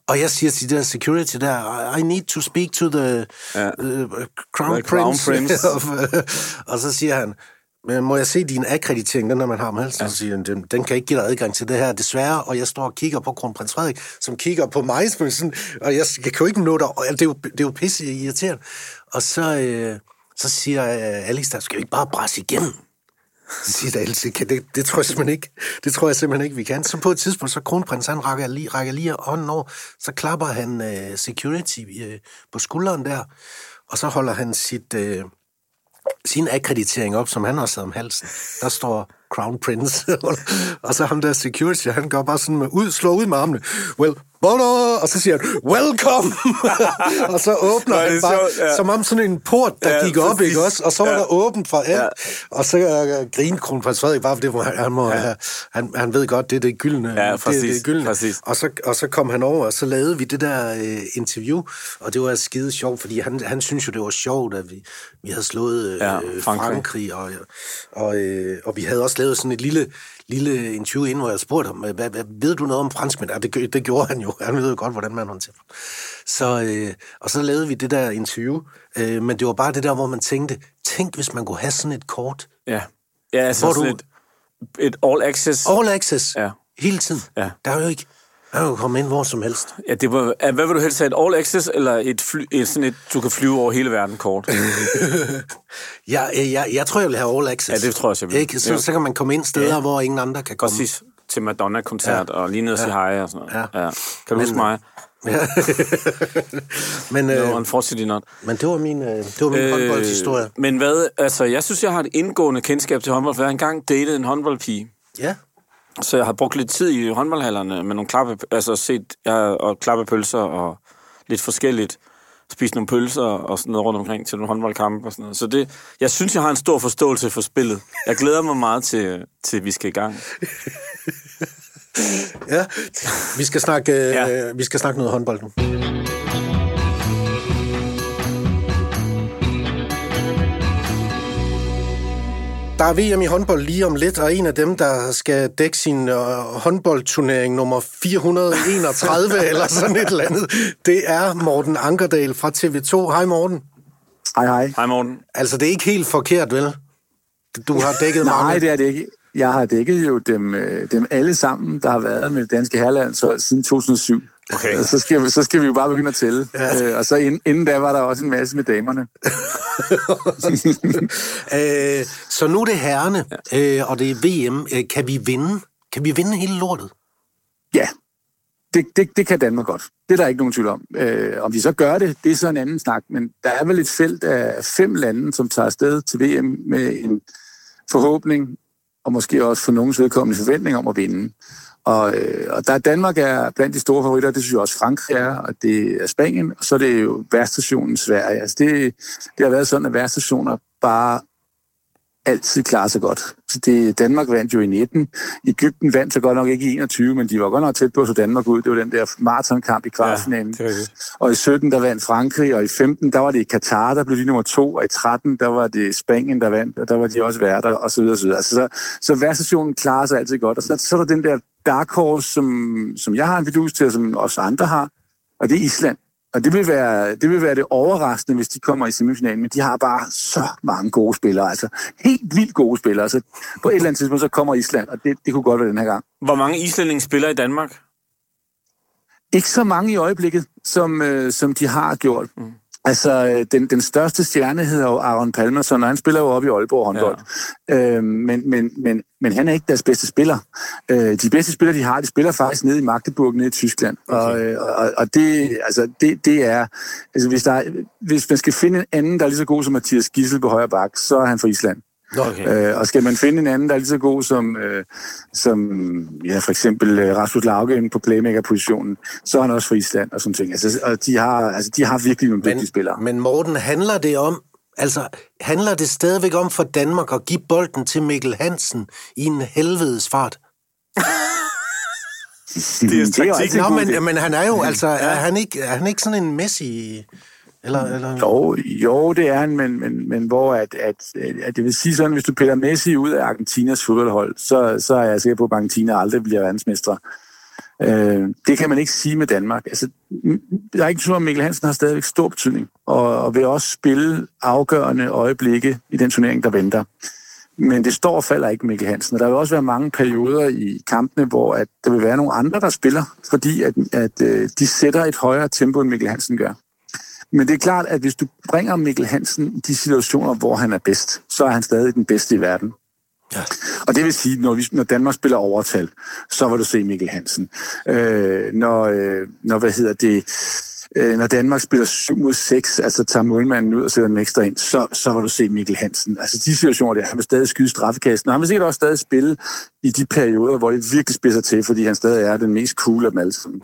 Speaker 2: Og jeg siger til de der security der, I need to speak to the ja. uh, crown,
Speaker 1: The
Speaker 2: the
Speaker 1: crown
Speaker 2: prince.
Speaker 1: prince.
Speaker 2: of, øh, og så siger han, "Men må jeg se din akkreditering, den der man har med halsen? Ja. Så siger han, den, den kan ikke give dig adgang til det her, desværre. Og jeg står og kigger på kronprins Frederik, som kigger på mig, som sådan, og jeg, jeg kan jo ikke nå dig. Og Det er jo, det er jo pisse irriterende. Og så, øh, så siger øh, Alex, der skal vi ikke bare brasse igennem. Så siger der altid, kan det, det, tror jeg simpelthen ikke, det tror jeg simpelthen ikke, vi kan. Så på et tidspunkt, så kronprins, han rækker lige, rækker lige hånden over, så klapper han øh, security øh, på skulderen der, og så holder han sit, øh, sin akkreditering op, som han har sad om halsen. Der står Crown Prince, og så ham der security, han går bare sådan med ud, slår ud med armene. Well, Bono! Og så siger han, welcome! og så åbner
Speaker 1: Nå, det er
Speaker 2: han bare,
Speaker 1: sjovt, ja.
Speaker 2: som om sådan en port, der
Speaker 1: Ja,
Speaker 2: gik op,
Speaker 1: præcis.
Speaker 2: ikke også? Og så var
Speaker 1: Ja.
Speaker 2: der åbent for alt. Ja. Og så øh, grinede kronprins Frederik bare, fordi det var- han, må, ja. han, han ved godt, det er det gyldne.
Speaker 1: Ja,
Speaker 2: det, er
Speaker 1: præcis,
Speaker 2: det gyldne.
Speaker 1: præcis.
Speaker 2: Og, så, og så kom han over, og så lavede vi det der øh, interview, og det var skide sjovt, fordi han, han synes jo, det var sjovt, at vi, vi havde slået øh,
Speaker 1: Ja,
Speaker 2: ja, Frankrig,
Speaker 1: Frankrig.
Speaker 2: Frankrig og, og, øh, og vi havde også lavet sådan et lille, lille interview inden, hvor jeg spurgte ham, hvad, hvad, ved du noget om franskmænd? Ja, det, gjorde- det gjorde han jo. Han ved jo godt, hvordan man håndterer dem. Så, øh, og så lavede vi det der interview, øh, men det var bare det der, hvor man tænkte, tænk hvis man kunne have sådan et kort.
Speaker 1: Ja. Ja, altså
Speaker 2: Hvor
Speaker 1: sådan
Speaker 2: du-
Speaker 1: et, et all access.
Speaker 2: All access.
Speaker 1: Ja.
Speaker 2: Hele tiden.
Speaker 1: Ja.
Speaker 2: Der er jo ikke... Der er jo komme ind hvor som helst.
Speaker 1: Ja, det var, ja, hvad vil du helst have? Et all access, eller et, fly, et sådan et, du kan flyve over hele verden kort?
Speaker 2: Jeg, øh, jeg, jeg tror, jeg vil have all access.
Speaker 1: Ja, det tror jeg også, jeg vil.
Speaker 2: Ikke? Så,
Speaker 1: Ja.
Speaker 2: så kan man komme ind steder, ja. hvor ingen andre kan komme.
Speaker 1: Præcis. Til Madonna-koncert,
Speaker 2: Ja.
Speaker 1: og lige ned og sige hej og sådan noget.
Speaker 2: Ja.
Speaker 1: Kan du huske mig?
Speaker 2: Ja. men,
Speaker 1: No,
Speaker 2: øh,
Speaker 1: unfortunately not.
Speaker 2: men det var min, øh, det var min øh, håndboldshistorie.
Speaker 1: men hvad, altså, jeg synes, jeg har et indgående kendskab til håndbold, for jeg har engang datet en håndboldpige,
Speaker 2: Ja.
Speaker 1: så jeg har brugt lidt tid i håndboldhallerne med nogle klappe, altså set ja, og klappepølser og lidt forskelligt. Spist nogle pølser og sådan noget rundt omkring til nogle håndboldkampe og sådan noget. Så det, jeg synes, jeg har en stor forståelse for spillet. Jeg glæder mig meget til, til vi skal i gang.
Speaker 2: ja. Vi, skal snakke, øh,
Speaker 1: Ja.
Speaker 2: ja. vi skal snakke noget håndbold nu. Der er VM i håndbold lige om lidt, og en af dem, der skal dække sin øh, håndboldturnering nummer 431 eller sådan et eller andet, det er Morten Ankerdal fra TV2. Hej Morten.
Speaker 3: Hej, hej.
Speaker 1: Hej Morten.
Speaker 2: Altså, det er ikke helt forkert, vel? Du har dækket
Speaker 3: Nej,
Speaker 2: mange.
Speaker 3: det er det ikke. Jeg har dækket jo dem, øh, dem alle sammen, der har været med det danske herrelandshold siden 2007.
Speaker 1: Okay.
Speaker 3: Så skal, vi- så skal vi jo bare begynde at tælle. Ja. Øh, og så inden, inden da var der også en masse med damerne.
Speaker 2: Øh, så nu er det herrene, øh, og det er VM. Øh, kan vi vinde? Kan vi vinde hele lortet?
Speaker 3: Ja, det, det, det kan Danmark godt. Det er der ikke nogen tvivl om. Øh, om vi så gør det, det er så en anden snak. Men der er vel et felt af fem lande, som tager afsted til VM med en forhåbning, og måske også for nogens vedkommende forventning om at vinde. Og, øh, og der Danmark er blandt de store favoritter, det synes jeg også Frankrig er, og det er Spanien, og så er det jo værstationen Sverige. Altså det, det har været sådan, at værstationer bare altid klarer sig godt. Så det, Danmark vandt jo i 19. Ægypten vandt så godt nok ikke i 21, men de var godt nok tæt på at så Danmark ud. Det var den der maratonkamp i kvartfinalen.
Speaker 1: det er rigtigt.
Speaker 3: og i 17, der vandt Frankrig, og i 15, der var det Katar, der blev de nummer to, og i 13, der var det Spanien, der vandt, og der var de også værter, og så videre, og så videre. Altså, så, så værstationen klarer sig altid godt. Og så, så er der den der dark horse, som, som jeg har en vidus til, og som også andre har, og det er Island. Og det vil, være, det vil være det overraskende, hvis de kommer i semifinalen, men de har bare så mange gode spillere, altså helt vildt gode spillere. Så på et eller andet tidspunkt, så kommer Island, og det, det kunne godt være den her gang.
Speaker 1: Hvor mange islændinge spiller i Danmark?
Speaker 3: Ikke så mange i øjeblikket, som, øh, som de har gjort. Mm. Altså, øh, den, den største stjerne hedder jo Aaron Palmerson, og han spiller jo op i Aalborg håndbold. Ja. Øh, men, men, men, men han er ikke deres bedste spiller. Øh, de bedste spillere, de har, de spiller faktisk nede i Magdeburg, nede i Tyskland. Okay. Og, øh, og, og det, altså, det, det er... Altså, hvis, der er, hvis man skal finde en anden, der er lige så god som Mathias Gissel på højre bak, så er han fra Island.
Speaker 2: Nå,
Speaker 3: Øh, og skal man finde en anden, der er lige så god som, øh, som ja, for eksempel øh, Rasmus Laugen på playmaker-positionen, så er han også fra Island og sådan ting. Altså, og de har, altså, de har virkelig nogle dygtige spillere.
Speaker 2: Men Morten, handler det om, altså handler det stadigvæk om for Danmark at give bolden til Mikkel Hansen i en helvedes fart?
Speaker 3: Det
Speaker 1: er
Speaker 3: jo
Speaker 1: taktik.
Speaker 3: altid en
Speaker 2: Nå,
Speaker 3: god idé.
Speaker 2: men, men han er jo, altså, er, han ikke, er han ikke sådan en Messi? Eller, eller...
Speaker 3: Jo, jo, det er han, men, men, men hvor at, at, at, det vil sige sådan, hvis du piller Messi ud af Argentinas fodboldhold, så, så er jeg sikker på, at Argentina aldrig bliver verdensmestre. Øh, det kan man ikke sige med Danmark. Altså, m- der er ikke tvivl om, at Mikkel Hansen har stadigvæk stor betydning, og, og vil også spille afgørende øjeblikke i den turnering, der venter. Men det står og falder ikke med Mikkel Hansen. Og der vil også være mange perioder i kampene, hvor at der vil være nogle andre, der spiller, fordi at, at øh, de sætter et højere tempo, end Mikkel Hansen gør. Men det er klart, at hvis du bringer Mikkel Hansen i de situationer, hvor han er bedst, så er han stadig den bedste i verden.
Speaker 2: Ja.
Speaker 3: Og det vil sige, når, vi, når Danmark spiller overtal, så vil du se Mikkel Hansen. Øh, når, øh, når, hvad hedder det, øh, når Danmark spiller 7 mod 6, altså tager målmanden ud og sætter den ekstra ind, så, så vil du se Mikkel Hansen. Altså de situationer der, han vil stadig skyde straffekasten, og han vil sikkert også stadig spille i de perioder, hvor det virkelig spidser til, fordi han stadig er den mest cool af dem alle sammen.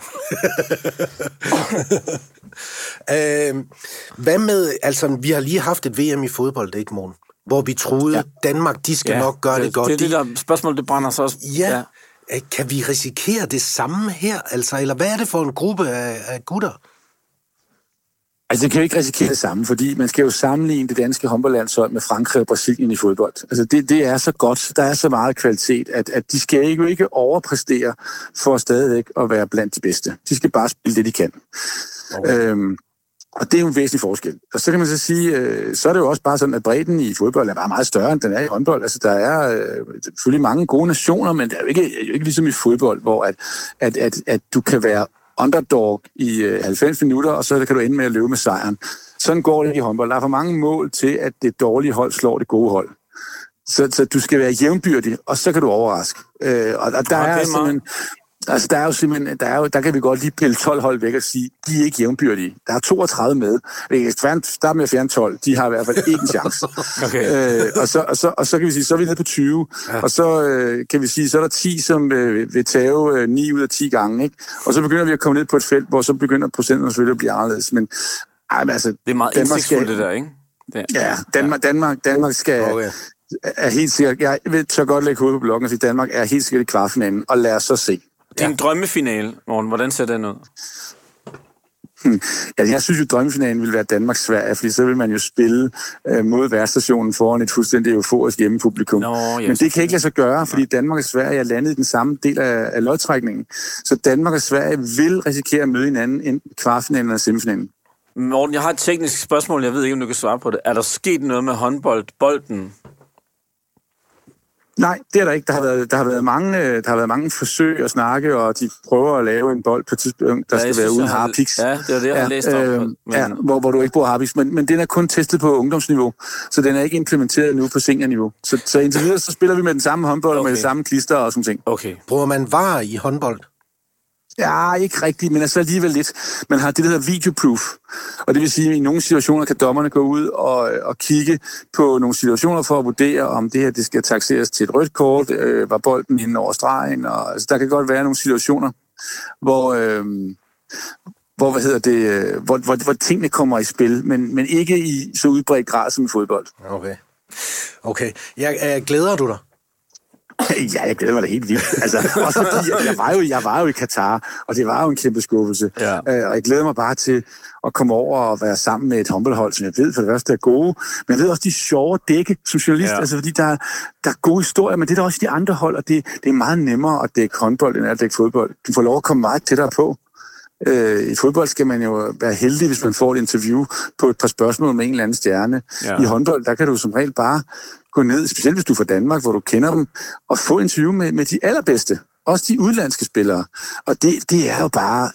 Speaker 2: Øh, hvad med, altså vi har lige haft et VM i fodbold, ikke Morten? Hvor vi troede, ja. Danmark, de skal ja, nok gøre det, det godt.
Speaker 1: Det er det
Speaker 2: de,
Speaker 1: der spørgsmål, det brænder sig også.
Speaker 2: ja. ja. Kan vi risikere det samme her, altså? Eller hvad er det for en gruppe af, af gutter?
Speaker 3: Altså, det kan jo ikke risikere det samme, fordi man skal jo sammenligne det danske håndboldlandshold med Frankrig og Brasilien i fodbold. Altså, det, det er så godt, der er så meget kvalitet, at, at de skal ikke, jo ikke overpræstere for stadigvæk at være blandt de bedste. De skal bare spille det, de kan. Okay. Øhm, og det er jo en væsentlig forskel. Og så kan man så sige, øh, så er det jo også bare sådan, at bredden i fodbold er bare meget større, end den er i håndbold. Altså, der er øh, selvfølgelig mange gode nationer, men det er jo ikke, det er jo ikke ligesom i fodbold, hvor at, at, at, at du kan være underdog i øh, 90 minutter, og så kan du ende med at løbe med sejren. Sådan går det i håndbold. Der er for mange mål til, at det dårlige hold slår det gode hold. Så, så du skal være jævnbyrdig, og så kan du overraske. Øh, og, og der
Speaker 1: Ja, det
Speaker 3: er
Speaker 1: er
Speaker 3: sådan
Speaker 1: meget-
Speaker 3: en, Altså, der er jo simpelthen, der, er jo, der kan vi godt lige pille 12 hold væk og sige, de er ikke jævnbyrdige. Der er 32 med. Det kan starte med at fjerne 12. De har i hvert fald ikke en chance.
Speaker 1: Okay.
Speaker 3: Øh, og, så, og, så, og så kan vi sige, så er vi nede på 20. Ja. Og så øh, kan vi sige, så er der 10, som øh, vil tage øh, 9 ud af 10 gange. Ikke? Og så begynder vi at komme ned på et felt, hvor så begynder procenterne selvfølgelig at blive anderledes. Men, ej, men altså,
Speaker 1: Det er meget
Speaker 3: Danmark skal-
Speaker 1: indsigtsfuldt, det der, ikke? Det.
Speaker 3: Ja, Danmark, Danmark, Danmark skal,
Speaker 2: Okay.
Speaker 3: er helt sikkert, jeg vil så godt lægge hovedet på blokken og sige, Danmark er helt sikkert i kvartfinalen, og lad os så se.
Speaker 1: Din drømmefinale, Morten, hvordan ser den ud?
Speaker 3: Altså, jeg synes jo, drømmefinalen ville være Danmark-Sverige, fordi så vil man jo spille øh, mod værstationen foran et fuldstændig euforisk hjemmepublikum.
Speaker 1: Nå, ja,
Speaker 3: Men det kan ikke lade sig gøre, fordi Danmark og Sverige er landet i den samme del af, af lodtrækningen. Så Danmark og Sverige vil risikere at møde hinanden enten i kvartfinalen eller semifinalen.
Speaker 1: Morten, jeg har et teknisk spørgsmål, jeg ved ikke, om du kan svare på det. Er der sket noget med håndbold, bolden?
Speaker 3: Nej, det er der ikke. Der har været, der har været, mange, øh, der har været mange forsøg og snakke, og de prøver at lave en bold på et tidspunkt, der
Speaker 1: Ja,
Speaker 3: ja,
Speaker 1: jeg
Speaker 3: skal være
Speaker 1: synes,
Speaker 3: uden
Speaker 1: jeg har-
Speaker 3: harpiks. øhm,
Speaker 1: Ja, det var det, jeg har læst om, men-
Speaker 3: ja, hvor, hvor du ikke bruger harpiks. Men, men den er kun testet på ungdomsniveau, så den er ikke implementeret nu på seniorniveau. Så, så indtil videre, så spiller vi med den samme håndbold, okay.
Speaker 1: Okay.
Speaker 3: med det samme klister og sådan ting.
Speaker 1: Okay.
Speaker 2: Bruger man var i håndbold?
Speaker 3: Ja, ikke rigtigt, men altså alligevel lidt. Man har det, der hedder videoproof. Og det vil sige, at i nogle situationer kan dommerne gå ud og, og kigge på nogle situationer for at vurdere, om det her det skal taxeres til et rødt kort, øh, var bolden inde over stregen. Og, altså, der kan godt være nogle situationer, hvor... Øh, hvor, hvad hedder det, øh, hvor, hvor, hvor tingene kommer i spil, men, men ikke i så udbredt grad som i fodbold.
Speaker 2: Okay. Okay. Jeg, jeg glæder du dig?
Speaker 3: Ja, jeg glæder mig da helt vildt. Altså, også fordi, at jeg var, jo, jeg var jo i Katar, og det var jo en kæmpe skuffelse.
Speaker 1: Ja.
Speaker 3: Øh, og jeg glæder mig bare til at komme over og være sammen med et håndboldhold, som jeg ved for det første er gode, men jeg ved også de er sjove at dække som journalist,
Speaker 1: Ja.
Speaker 3: ja. altså fordi der, er- der er gode historier, men det er der også i de andre hold, og det, det er meget nemmere at dække håndbold, end at dække fodbold. Du får lov at komme meget tættere på. Øh, I fodbold skal man jo være heldig, hvis man får et interview på et par spørgsmål med en eller anden stjerne.
Speaker 1: Ja.
Speaker 3: Ja. I håndbold, der kan du som regel bare gå ned, specielt hvis du er fra Danmark, hvor du kender dem, og få interview med, med de allerbedste, også de udenlandske spillere. Og det, det er jo bare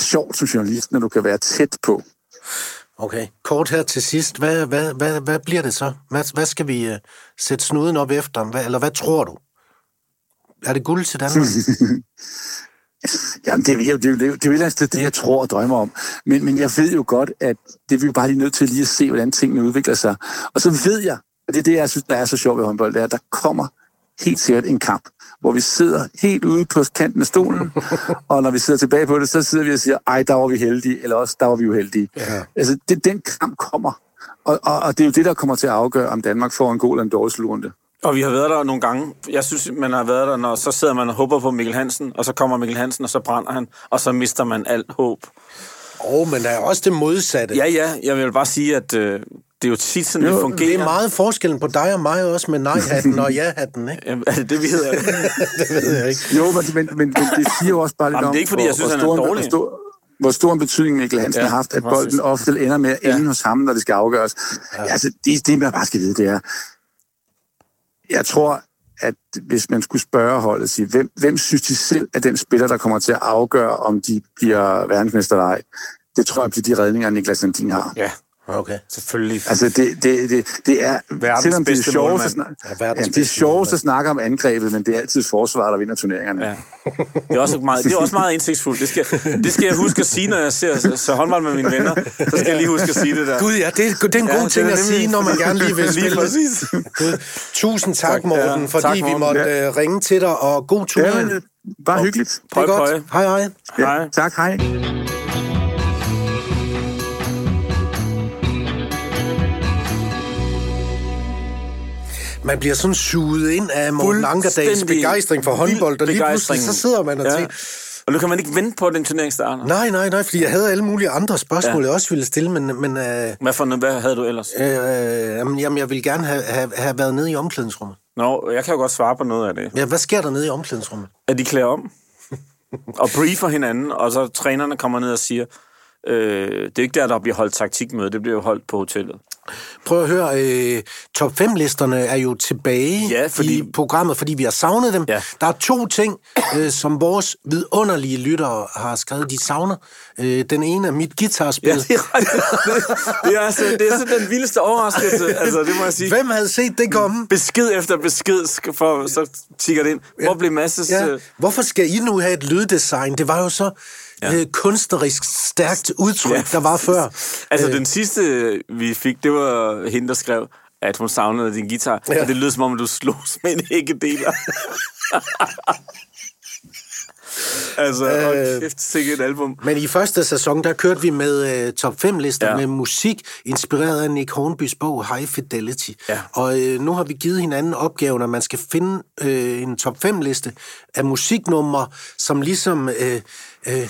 Speaker 3: sjovt som journalist, når du kan være tæt på.
Speaker 2: Okay. Kort her til sidst. Hvad, hvad, hvad, hvad bliver det så? Hvad, hvad skal vi uh, sætte snuden op efter? Hvad, eller hvad tror du? Er det guld til Danmark?
Speaker 3: Jamen, det er, jo- det, er, jo- det, er, jo- det er jo et eller andet sted det, jeg tror og drømmer om. Men, men jeg ved jo godt, at det er vi jo bare lige nødt til lige at se, hvordan tingene udvikler sig. Og så ved jeg, og det er det, jeg synes, der er så sjovt ved håndbold, det er, at der kommer helt sikkert en kamp, hvor vi sidder helt ude på kanten af stolen, og når vi sidder tilbage på det, så sidder vi og siger, ej, der var vi heldige, eller også, der var vi uheldige.
Speaker 2: Ja.
Speaker 3: Altså, det, den kamp kommer, og, og, og det er jo det, der kommer til at afgøre, om Danmark får en god eller en dårlig slutrunde.
Speaker 1: Og vi har været der nogle gange. Jeg synes, man har været der, når så sidder man og håber på Mikkel Hansen, og så kommer Mikkel Hansen, og så brænder han, og så mister man alt håb.
Speaker 2: Åh, oh, men der er også det modsatte.
Speaker 1: Ja, ja, jeg vil bare sige, at øh, det er jo tit sådan, det fungerer.
Speaker 2: Det er meget forskellen på dig og mig også med nej-hatten og ja-hatten, ikke?
Speaker 1: Jamen, er det det, vi hedder?
Speaker 2: Det ved jeg ikke.
Speaker 3: Jo, men, men, men, men det siger jo også bare lidt
Speaker 1: Jamen,
Speaker 3: om,
Speaker 1: det er ikke, fordi
Speaker 3: hvor,
Speaker 1: jeg synes,
Speaker 3: hvor
Speaker 1: han er
Speaker 3: en-
Speaker 1: dårlig.
Speaker 3: Hvor stor, hvor stor en betydning Mikkel Hansen
Speaker 1: Ja,
Speaker 3: ja, har haft, at
Speaker 1: præcis.
Speaker 3: bolden ofte ender med at ende ja. hos ham, når det skal afgøres. Ja. Altså, det, det man bare skal vide, det er, jeg tror, at hvis man skulle spørge holdet, sige, hvem, hvem synes de selv er den spiller, der kommer til at afgøre, om de bliver verdensmester eller ej, det tror jeg bliver de redninger, Niklas Sandin har.
Speaker 1: ja,
Speaker 2: Okay.
Speaker 1: selvfølgelig.
Speaker 3: Altså, det, det, det, det er...
Speaker 1: Verdens
Speaker 3: selvom det er
Speaker 1: bedste
Speaker 3: sjovt
Speaker 1: målmand.
Speaker 3: at snakke,
Speaker 2: Ja,
Speaker 3: ja,
Speaker 2: verdens
Speaker 3: det er
Speaker 2: bedste
Speaker 3: sjovt
Speaker 2: målmand.
Speaker 3: at snakke om angrebet, men det er altid forsvaret, der vinder turneringerne.
Speaker 1: Ja. Det er også meget, det er også meget indsigtsfuldt. Det skal, det skal jeg huske at sige, når jeg ser så- så håndbold med mine venner. Så skal jeg lige huske at sige det der.
Speaker 2: Gud, ja, det, er- det er en
Speaker 1: Ja,
Speaker 2: god
Speaker 1: det
Speaker 2: ting
Speaker 1: er
Speaker 2: at
Speaker 1: nemlig-
Speaker 2: sige, når man gerne lige vil
Speaker 1: Lige
Speaker 2: spille.
Speaker 1: præcis.
Speaker 2: Gud. Tusind tak,
Speaker 1: Tak, ja.
Speaker 2: Morten, fordi
Speaker 1: Tak, Morten.
Speaker 2: vi måtte
Speaker 3: Ja.
Speaker 2: øh, ringe til dig, og god tur.
Speaker 3: Ja, men, øh, bare hyggeligt.
Speaker 2: det er
Speaker 1: Pøj,
Speaker 2: godt.
Speaker 1: pøj.
Speaker 2: Hej, hej.
Speaker 1: Hej.
Speaker 3: Tak, hej.
Speaker 2: Man bliver sådan suget ind af Morten Lankerdals
Speaker 1: Fuldstændig
Speaker 2: begejstring for håndbold, og lige
Speaker 1: vild
Speaker 2: pludselig så
Speaker 1: begejstring.
Speaker 2: sidder man og tænker,
Speaker 1: Og nu kan man ikke vente på, at den turnering starter.
Speaker 2: nej, nej, nej, fordi jeg havde alle mulige andre spørgsmål, jeg også ville stille, men, men øh,
Speaker 1: Hvad, for noget, hvad havde du ellers?
Speaker 2: øh, jamen, jamen, jeg ville gerne have, have, have været nede i omklædningsrummet.
Speaker 1: Nå, jeg kan jo godt svare på noget af det.
Speaker 2: Ja, hvad sker der nede i omklædningsrummet?
Speaker 1: at de klæder om og briefer hinanden, og så trænerne kommer ned og siger, øh, det er ikke der, der bliver holdt taktikmøde, det bliver jo holdt på hotellet.
Speaker 2: Prøv at høre, øh, top 5-listerne er jo tilbage
Speaker 1: Ja, fordi-
Speaker 2: i programmet, fordi vi har savnet dem.
Speaker 1: Ja.
Speaker 2: Der er to ting, øh, som vores vidunderlige lyttere har skrevet, de savner. Øh, den ene er mit guitarspil.
Speaker 1: Ja, det, er, rigtigt. det, er altså, det er sådan den vildeste overraskelse, altså, det må jeg sige.
Speaker 2: Hvem havde set det
Speaker 1: Mm,
Speaker 2: komme?
Speaker 1: Besked efter besked, sk- for, så tigger det ind. Hvor blev Masses... øh,
Speaker 2: Ja.
Speaker 1: Ja.
Speaker 2: Hvorfor skal I nu have et lyddesign? Det var jo så ja. øh, kunstnerisk stærkt udtryk, ja. der var før. Øh.
Speaker 1: Altså, den sidste, vi fik, det var hende, der skrev, at hun savnede din guitar.
Speaker 2: Ja.
Speaker 1: Ja. Og det lød, som om at du slogs med en æggedeler. altså, øh... og kæft, sikke et album.
Speaker 2: Men i første sæson, der kørte vi med øh, top 5-lister ja.
Speaker 1: Ja.
Speaker 2: med musik, inspireret af Nick Hornbys bog High Fidelity.
Speaker 1: Ja.
Speaker 2: Og øh, nu har vi givet hinanden opgaven, at man skal finde øh, en top 5-liste af musiknumre, som ligesom øh, øh,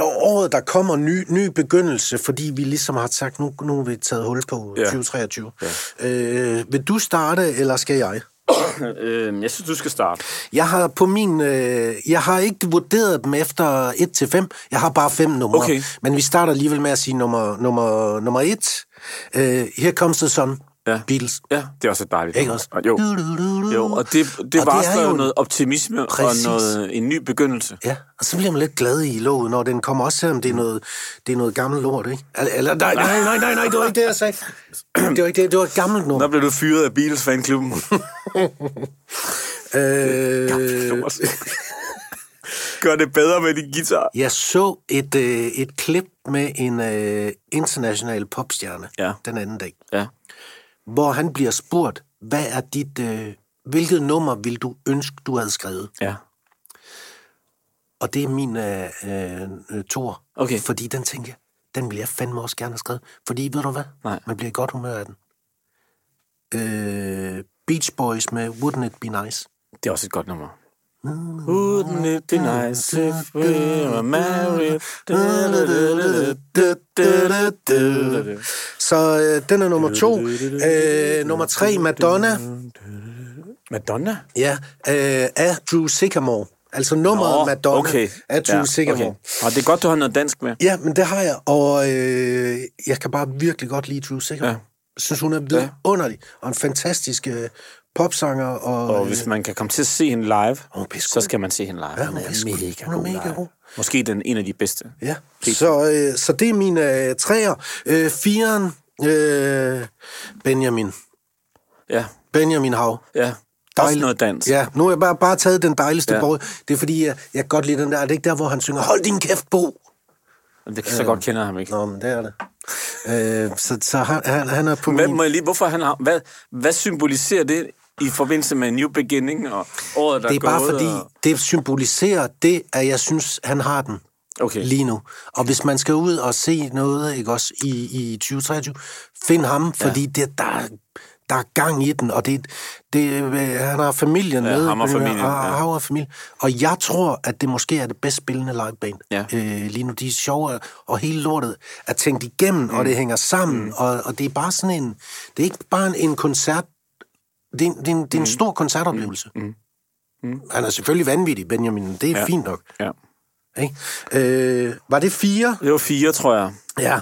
Speaker 2: året, der kommer ny, ny begyndelse, fordi vi ligesom har sagt, nu, nu har vi taget hul på ja.
Speaker 1: Ja.
Speaker 2: 2023. Ja. Øh, vil du starte, eller skal jeg?
Speaker 1: øh, jeg synes, du skal starte.
Speaker 2: Jeg har på min, øh, jeg har ikke vurderet dem efter 1 til 5. Jeg har bare fem numre.
Speaker 1: Okay.
Speaker 2: Men vi starter alligevel med at sige nummer nummer nummer 1. Øh, Here comes the sun.
Speaker 1: Ja.
Speaker 2: Beatles.
Speaker 1: Ja, det er også et dejligt.
Speaker 2: Ikke også?
Speaker 1: Og Jo. Jo, og det, det
Speaker 2: Mm. Og
Speaker 1: og
Speaker 2: det er
Speaker 1: varsler
Speaker 2: jo
Speaker 1: jo
Speaker 2: en-
Speaker 1: noget optimisme
Speaker 2: Præcis.
Speaker 1: og noget, en ny begyndelse.
Speaker 2: Ja, og så bliver man lidt glad i låget, når den kommer, også selvom det er noget, det er noget gammelt lort, ikke? Eller- Eller, nej, nej, nej, nej, nej, det var ikke det, jeg sagde. Det var ikke det, det var et gammelt nummer.
Speaker 1: Der blev du fyret af Beatles fanklubben.
Speaker 2: Øh,
Speaker 1: Gør det bedre med din guitar.
Speaker 2: Jeg så et, øh, et klip med en øh, international popstjerne
Speaker 1: Ja.
Speaker 2: den anden dag.
Speaker 1: Ja.
Speaker 2: hvor han bliver spurgt, hvad er dit, øh, hvilket nummer vil du ønske, du havde skrevet?
Speaker 1: Ja.
Speaker 2: Og det er min øh, øh, tor.
Speaker 1: Okay.
Speaker 2: Fordi den tænker jeg, den vil jeg fandme også gerne have skrevet. Fordi, ved du hvad?
Speaker 1: Nej.
Speaker 2: Man bliver i godt humør af den. Øh, Beach Boys med Wouldn't It Be Nice.
Speaker 1: Det er også et godt nummer. Wouldn't it be nice if we were married?
Speaker 2: Mm. Så øh, den er nummer to. Øh, nummer tre, Madonna.
Speaker 1: Madonna?
Speaker 2: Ja, øh, af Drew Sycamore. Altså nummeret Nå, Madonna okay. af Drew ja, Sycamore. Okay.
Speaker 1: Og det er godt, du har noget dansk med.
Speaker 2: Ja, men det har jeg, og øh, jeg kan bare virkelig godt lide Drew Sycamore. Ja.
Speaker 1: Ja.
Speaker 2: synes, hun er vidunderlig, og en fantastisk øh, popsanger. Og,
Speaker 1: Og
Speaker 2: øh,
Speaker 1: hvis man kan komme til at se hende live,
Speaker 2: Hun er pissegod.
Speaker 1: så skal man se hende live.
Speaker 2: hun er pissegod. Hun er mega god.
Speaker 1: Måske den en af de bedste.
Speaker 2: ja. så, øh, så det er mine øh, træer. Øh, firen, øh, Benjamin.
Speaker 1: Ja,
Speaker 2: Benjamin Hav.
Speaker 1: ja. Også
Speaker 2: Dejligt.
Speaker 1: noget dans.
Speaker 2: Ja, nu har jeg bare, bare taget den dejligste ja.
Speaker 1: Ja.
Speaker 2: borg. Det er fordi, jeg, jeg kan godt lide den der. Er det ikke der, hvor han synger, hold din kæft, Bo?
Speaker 1: Det kan så godt kender jeg ham ikke.
Speaker 2: Nå, men det er det. Øh, så så han, han, han er på
Speaker 1: Hvad,
Speaker 2: min...
Speaker 1: må jeg lige, hvorfor han har, hvad, hvad symboliserer det i forbindelse med New Beginning og året, der
Speaker 2: Det er bare
Speaker 1: gået,
Speaker 2: fordi,
Speaker 1: Og...
Speaker 2: det symboliserer det, at jeg synes, han har den
Speaker 1: Okay.
Speaker 2: lige nu. Og hvis man skal ud og se noget ikke også i, i 2023, find ham, fordi det, der, er- der er gang i den, og det, det, øh, han har familien
Speaker 1: Ja,
Speaker 2: med.
Speaker 1: ham og familien,
Speaker 2: Og,
Speaker 1: ja.
Speaker 2: og, og, familie. og jeg tror, at det måske er det bedst spillende liveband
Speaker 1: Ja.
Speaker 2: øh, lige nu. De er sjove, og hele lortet er tænkt igennem, mm. og det hænger sammen, mm. og, og det er bare sådan en... Det er ikke bare en, en koncert, det er, en- det er, en, det er en stor koncertoplevelse. Mm. Mm. Han er selvfølgelig vanvittig, Benjamin. Det er ja.
Speaker 1: Ja.
Speaker 2: fint nok.
Speaker 1: Ja.
Speaker 2: Ikke? Øh, var det fire?
Speaker 1: Det var fire, tror jeg.
Speaker 2: Ja.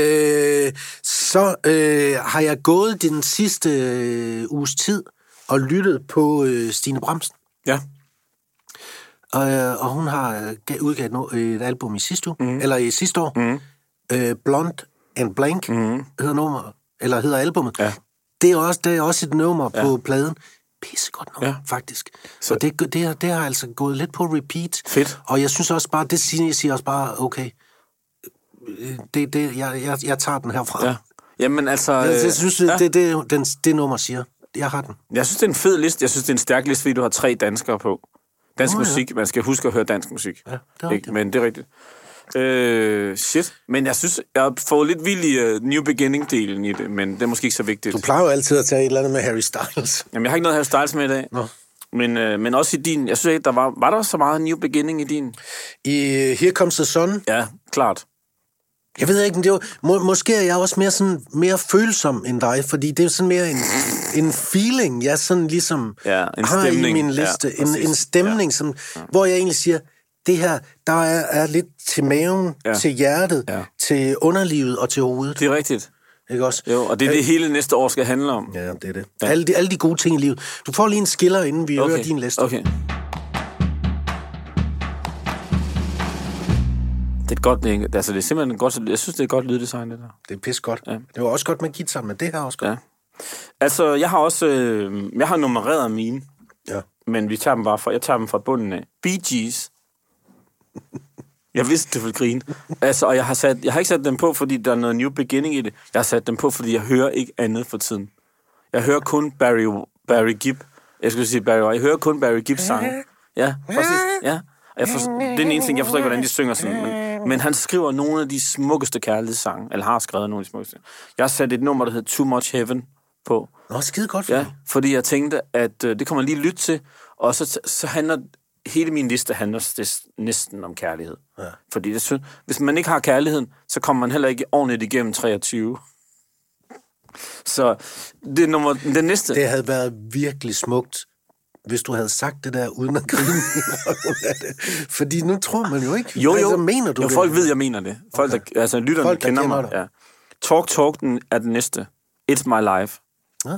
Speaker 2: Øh, så øh, har jeg gået den sidste øh, uges tid og lyttet på øh, Stine Bramsen.
Speaker 1: Ja.
Speaker 2: Og, øh, og hun har øh, gav- udgavet no, et album i sidste uge, mm. eller i sidste år. Mm. Øh, Blond and Blank
Speaker 1: Mm-hmm.
Speaker 2: mm. hedder nummer, eller hedder albumet.
Speaker 1: Ja.
Speaker 2: Det er også, det er også et nummer ja. på pladen. Pissegodt nummer, ja.
Speaker 1: Ja.
Speaker 2: faktisk. Så og det, det, har- det har altså gået lidt på repeat.
Speaker 1: Fedt.
Speaker 2: Og jeg synes også bare, det siger, jeg siger også bare, okay, øh, det, det, jeg, jeg, jeg tager den herfra.
Speaker 1: ja. Jamen altså, øh,
Speaker 2: Jeg, jeg synes,
Speaker 1: ja.
Speaker 2: ja. det, det, den, det nummer siger. Jeg har den.
Speaker 1: jeg synes, det er en fed liste. Jeg synes, det er en stærk liste, fordi du har tre danskere på. Dansk
Speaker 2: Nå,
Speaker 1: oh,
Speaker 2: ja.
Speaker 1: musik, man skal huske at høre dansk musik.
Speaker 2: Ja, det er
Speaker 1: Ikke?
Speaker 2: rigtigt.
Speaker 1: Men det er rigtigt. Øh, shit. Men jeg synes, jeg har fået lidt vild i uh, New Beginning-delen i det, men det er måske ikke så vigtigt.
Speaker 2: Du plejer jo altid at tage et eller andet med Harry Styles.
Speaker 1: Jamen, jeg har ikke noget Harry Styles med i dag.
Speaker 2: Nå.
Speaker 1: Men, øh, men også i din. Jeg synes ikke, der var, var der så meget New Beginning i din?
Speaker 2: I øh, Here Comes the Sun,
Speaker 1: Ja, klart.
Speaker 2: Jeg ved ikke, men det var, må, måske er jeg også mere, sådan, mere følsom end dig, fordi det er sådan mere en, en feeling, jeg sådan ligesom
Speaker 1: Ja, en
Speaker 2: har i
Speaker 1: stemning.
Speaker 2: min
Speaker 1: Ja,
Speaker 2: liste. Ja, en,
Speaker 1: præcis.
Speaker 2: en stemning, ja. Som, hvor jeg egentlig siger, det her, der er, er lidt til maven, ja.
Speaker 1: Ja.
Speaker 2: til hjertet, ja.
Speaker 1: Ja.
Speaker 2: til underlivet og til hovedet.
Speaker 1: Det er rigtigt.
Speaker 2: Ikke også?
Speaker 1: Jo, og det er det, hele næste år skal handle om.
Speaker 2: Ja, det er det. Ja. Alle, de, alle de gode ting i livet. Du får lige en skiller, inden vi okay. hører din liste.
Speaker 1: Okay. Det er et godt, det er, altså det er simpelthen et godt, jeg synes, det er et godt lyddesign, det der.
Speaker 2: Det er pis godt.
Speaker 1: Ja.
Speaker 2: Ja. Det var også godt med guitar, men det her er også godt.
Speaker 1: Ja. Altså, jeg har også, øh, jeg har nummereret mine,
Speaker 2: Ja. ja.
Speaker 1: men vi tager dem bare fra, jeg tager dem fra bunden af. Bee Gees. Jeg vidste, du ville grine. Altså, og jeg har, sat, jeg har ikke sat dem på, fordi der er noget new beginning i det. Jeg har sat dem på, fordi jeg hører ikke andet for tiden. Jeg hører kun Barry, Barry Gibb. Jeg skulle sige Barry White. Jeg hører kun Barry Gibbs sang. Ja, præcis. Ja. Og Jeg forstår, det er den ene ting, jeg forstår ikke, hvordan de synger sådan. Men, men han skriver nogle af de smukkeste kærlighedssange, eller har skrevet nogle af de smukkeste. Jeg har sat et nummer, der hedder Too Much Heaven på.
Speaker 2: Nå, skide godt for
Speaker 1: Ja,
Speaker 2: ja.
Speaker 1: fordi jeg tænkte, at øh, det kommer lige lytte til, og så, så handler hele min liste handler des- næsten om kærlighed. Ja. Fordi jeg synes, hvis man ikke har kærligheden, så kommer man heller ikke ordentligt igennem 23. Så det er nummer, den næste.
Speaker 2: Det havde været virkelig smukt, hvis du havde sagt det der uden at grine. af det. Fordi nu tror man jo ikke.
Speaker 1: Jo, jo.
Speaker 2: Altså, mener du
Speaker 1: jo,
Speaker 2: det?
Speaker 1: folk ved, jeg mener det. Folk, okay. der, altså, lytterne folk,
Speaker 2: Folk, der
Speaker 1: kender,
Speaker 2: kender
Speaker 1: mig.
Speaker 2: dig.
Speaker 1: Ja. Talk Talk den er den næste. It's my life.
Speaker 2: Ja.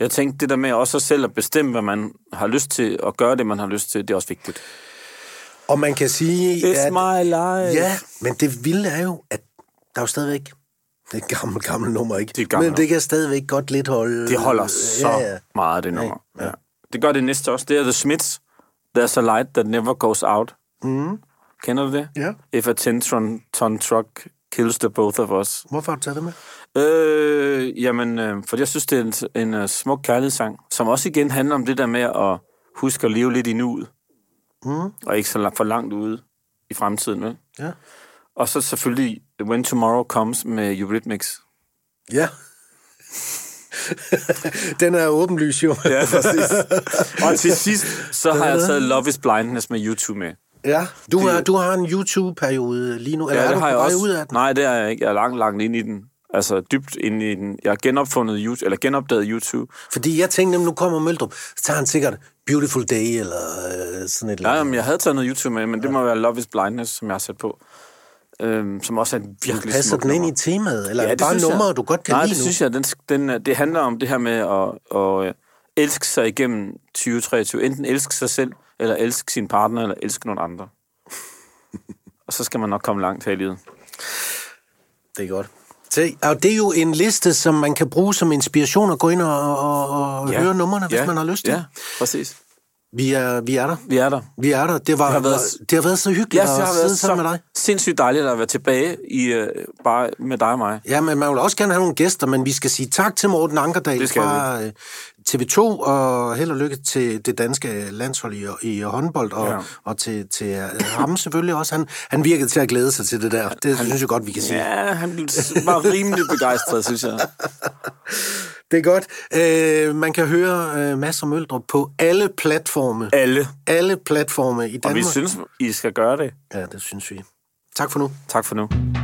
Speaker 1: Jeg tænkte, det der med også selv at bestemme, hvad man har lyst til, og gøre det, man har lyst til, det er også vigtigt.
Speaker 2: Og man kan sige,
Speaker 1: It's
Speaker 2: at...
Speaker 1: my life.
Speaker 2: Ja, men det vilde er jo, at der er jo stadigvæk... Det er et gammelt, gammelt nummer, ikke?
Speaker 1: Det er et gammelt
Speaker 2: men det kan stadigvæk godt lidt holde...
Speaker 1: Det holder så
Speaker 2: Ja, ja.
Speaker 1: meget, det nummer. Øh, Ja. Det gør det næste også. Det er The Smiths. There's a light that never goes out. Mm. Kender du det?
Speaker 2: Ja.
Speaker 1: If a 10-ton truck kills the both of us.
Speaker 2: Hvorfor har du taget det med?
Speaker 1: Øh, jamen, øh, for jeg synes, det er en, en uh, smuk kærlighedssang, som også igen handler om det der med at huske at leve lidt i nuet. Mm. Og ikke så langt, for langt ude i fremtiden. Vel?
Speaker 2: Ja.
Speaker 1: Og så selvfølgelig When Tomorrow Comes med Eurythmics.
Speaker 2: Ja. Den er åbenlys, jo. Ja.
Speaker 1: Og til sidst, så har jeg taget Love is Blindness med YouTube med.
Speaker 2: ja. Du, har, du har en YouTube-periode lige nu, eller
Speaker 1: det
Speaker 2: er du på
Speaker 1: har jeg
Speaker 2: vej
Speaker 1: også.
Speaker 2: ud af den?
Speaker 1: Nej, det er jeg ikke. Jeg er langt, langt inde i den. Altså dybt inde i den. Jeg har genopfundet YouTube, eller genopdaget YouTube.
Speaker 2: Fordi jeg tænkte, nemlig, nu kommer Møldrup, så tager han sikkert Beautiful Day, eller øh, sådan et eller
Speaker 1: Ja,
Speaker 2: andet.
Speaker 1: jamen, jeg havde taget noget YouTube med, men det må være Love is Blindness, som jeg har sat på. Øhm, som også er en virkelig
Speaker 2: Passer
Speaker 1: smuk
Speaker 2: den ind
Speaker 1: nummer.
Speaker 2: i temaet, eller ja, er
Speaker 1: det
Speaker 2: det bare
Speaker 1: synes jeg.
Speaker 2: numre, du godt kan
Speaker 1: Nej,
Speaker 2: lide
Speaker 1: det
Speaker 2: nu?
Speaker 1: synes jeg. Den, den, er- det handler om det her med at, at øh, elske sig igennem 2023. Enten elske sig selv, eller elske sin partner, eller elske nogen andre. Og så skal man nok komme langt her i livet.
Speaker 2: Det er godt. Se, og det er jo en liste, som man kan bruge som inspiration og gå ind og, og, og ja. høre numrene, hvis ja. man har lyst til.
Speaker 1: Ja, præcis.
Speaker 2: Vi, er, vi er der.
Speaker 1: Vi er der.
Speaker 2: Vi er der. Det, var, har
Speaker 1: været-
Speaker 2: været... det har været så hyggeligt
Speaker 1: Ja,
Speaker 2: yes,
Speaker 1: det
Speaker 2: at
Speaker 1: har
Speaker 2: sidde
Speaker 1: været
Speaker 2: sammen med
Speaker 1: så
Speaker 2: dig.
Speaker 1: sindssygt dejligt at være tilbage i, øh, bare med dig og mig.
Speaker 2: Ja, men man vil også gerne have nogle gæster, men vi skal sige tak til Morten Ankerdal
Speaker 1: Det skal
Speaker 2: fra øh, TV2, og held og lykke til det danske landshold i, i håndbold, og,
Speaker 1: Ja.
Speaker 2: ja. og til, til øh, ham selvfølgelig også. Han, han virkede til at glæde sig til det der. Det han... synes jeg godt, vi kan sige.
Speaker 1: Ja, han var rimelig begejstret, synes jeg.
Speaker 2: Det er godt. Øh, man kan høre øh, Mads og Møldrup på alle platforme.
Speaker 1: Alle.
Speaker 2: alle platforme i
Speaker 1: Og
Speaker 2: Danmark.
Speaker 1: vi synes, I skal gøre det.
Speaker 2: Ja, det synes vi. Tak for nu.
Speaker 1: Tak for nu.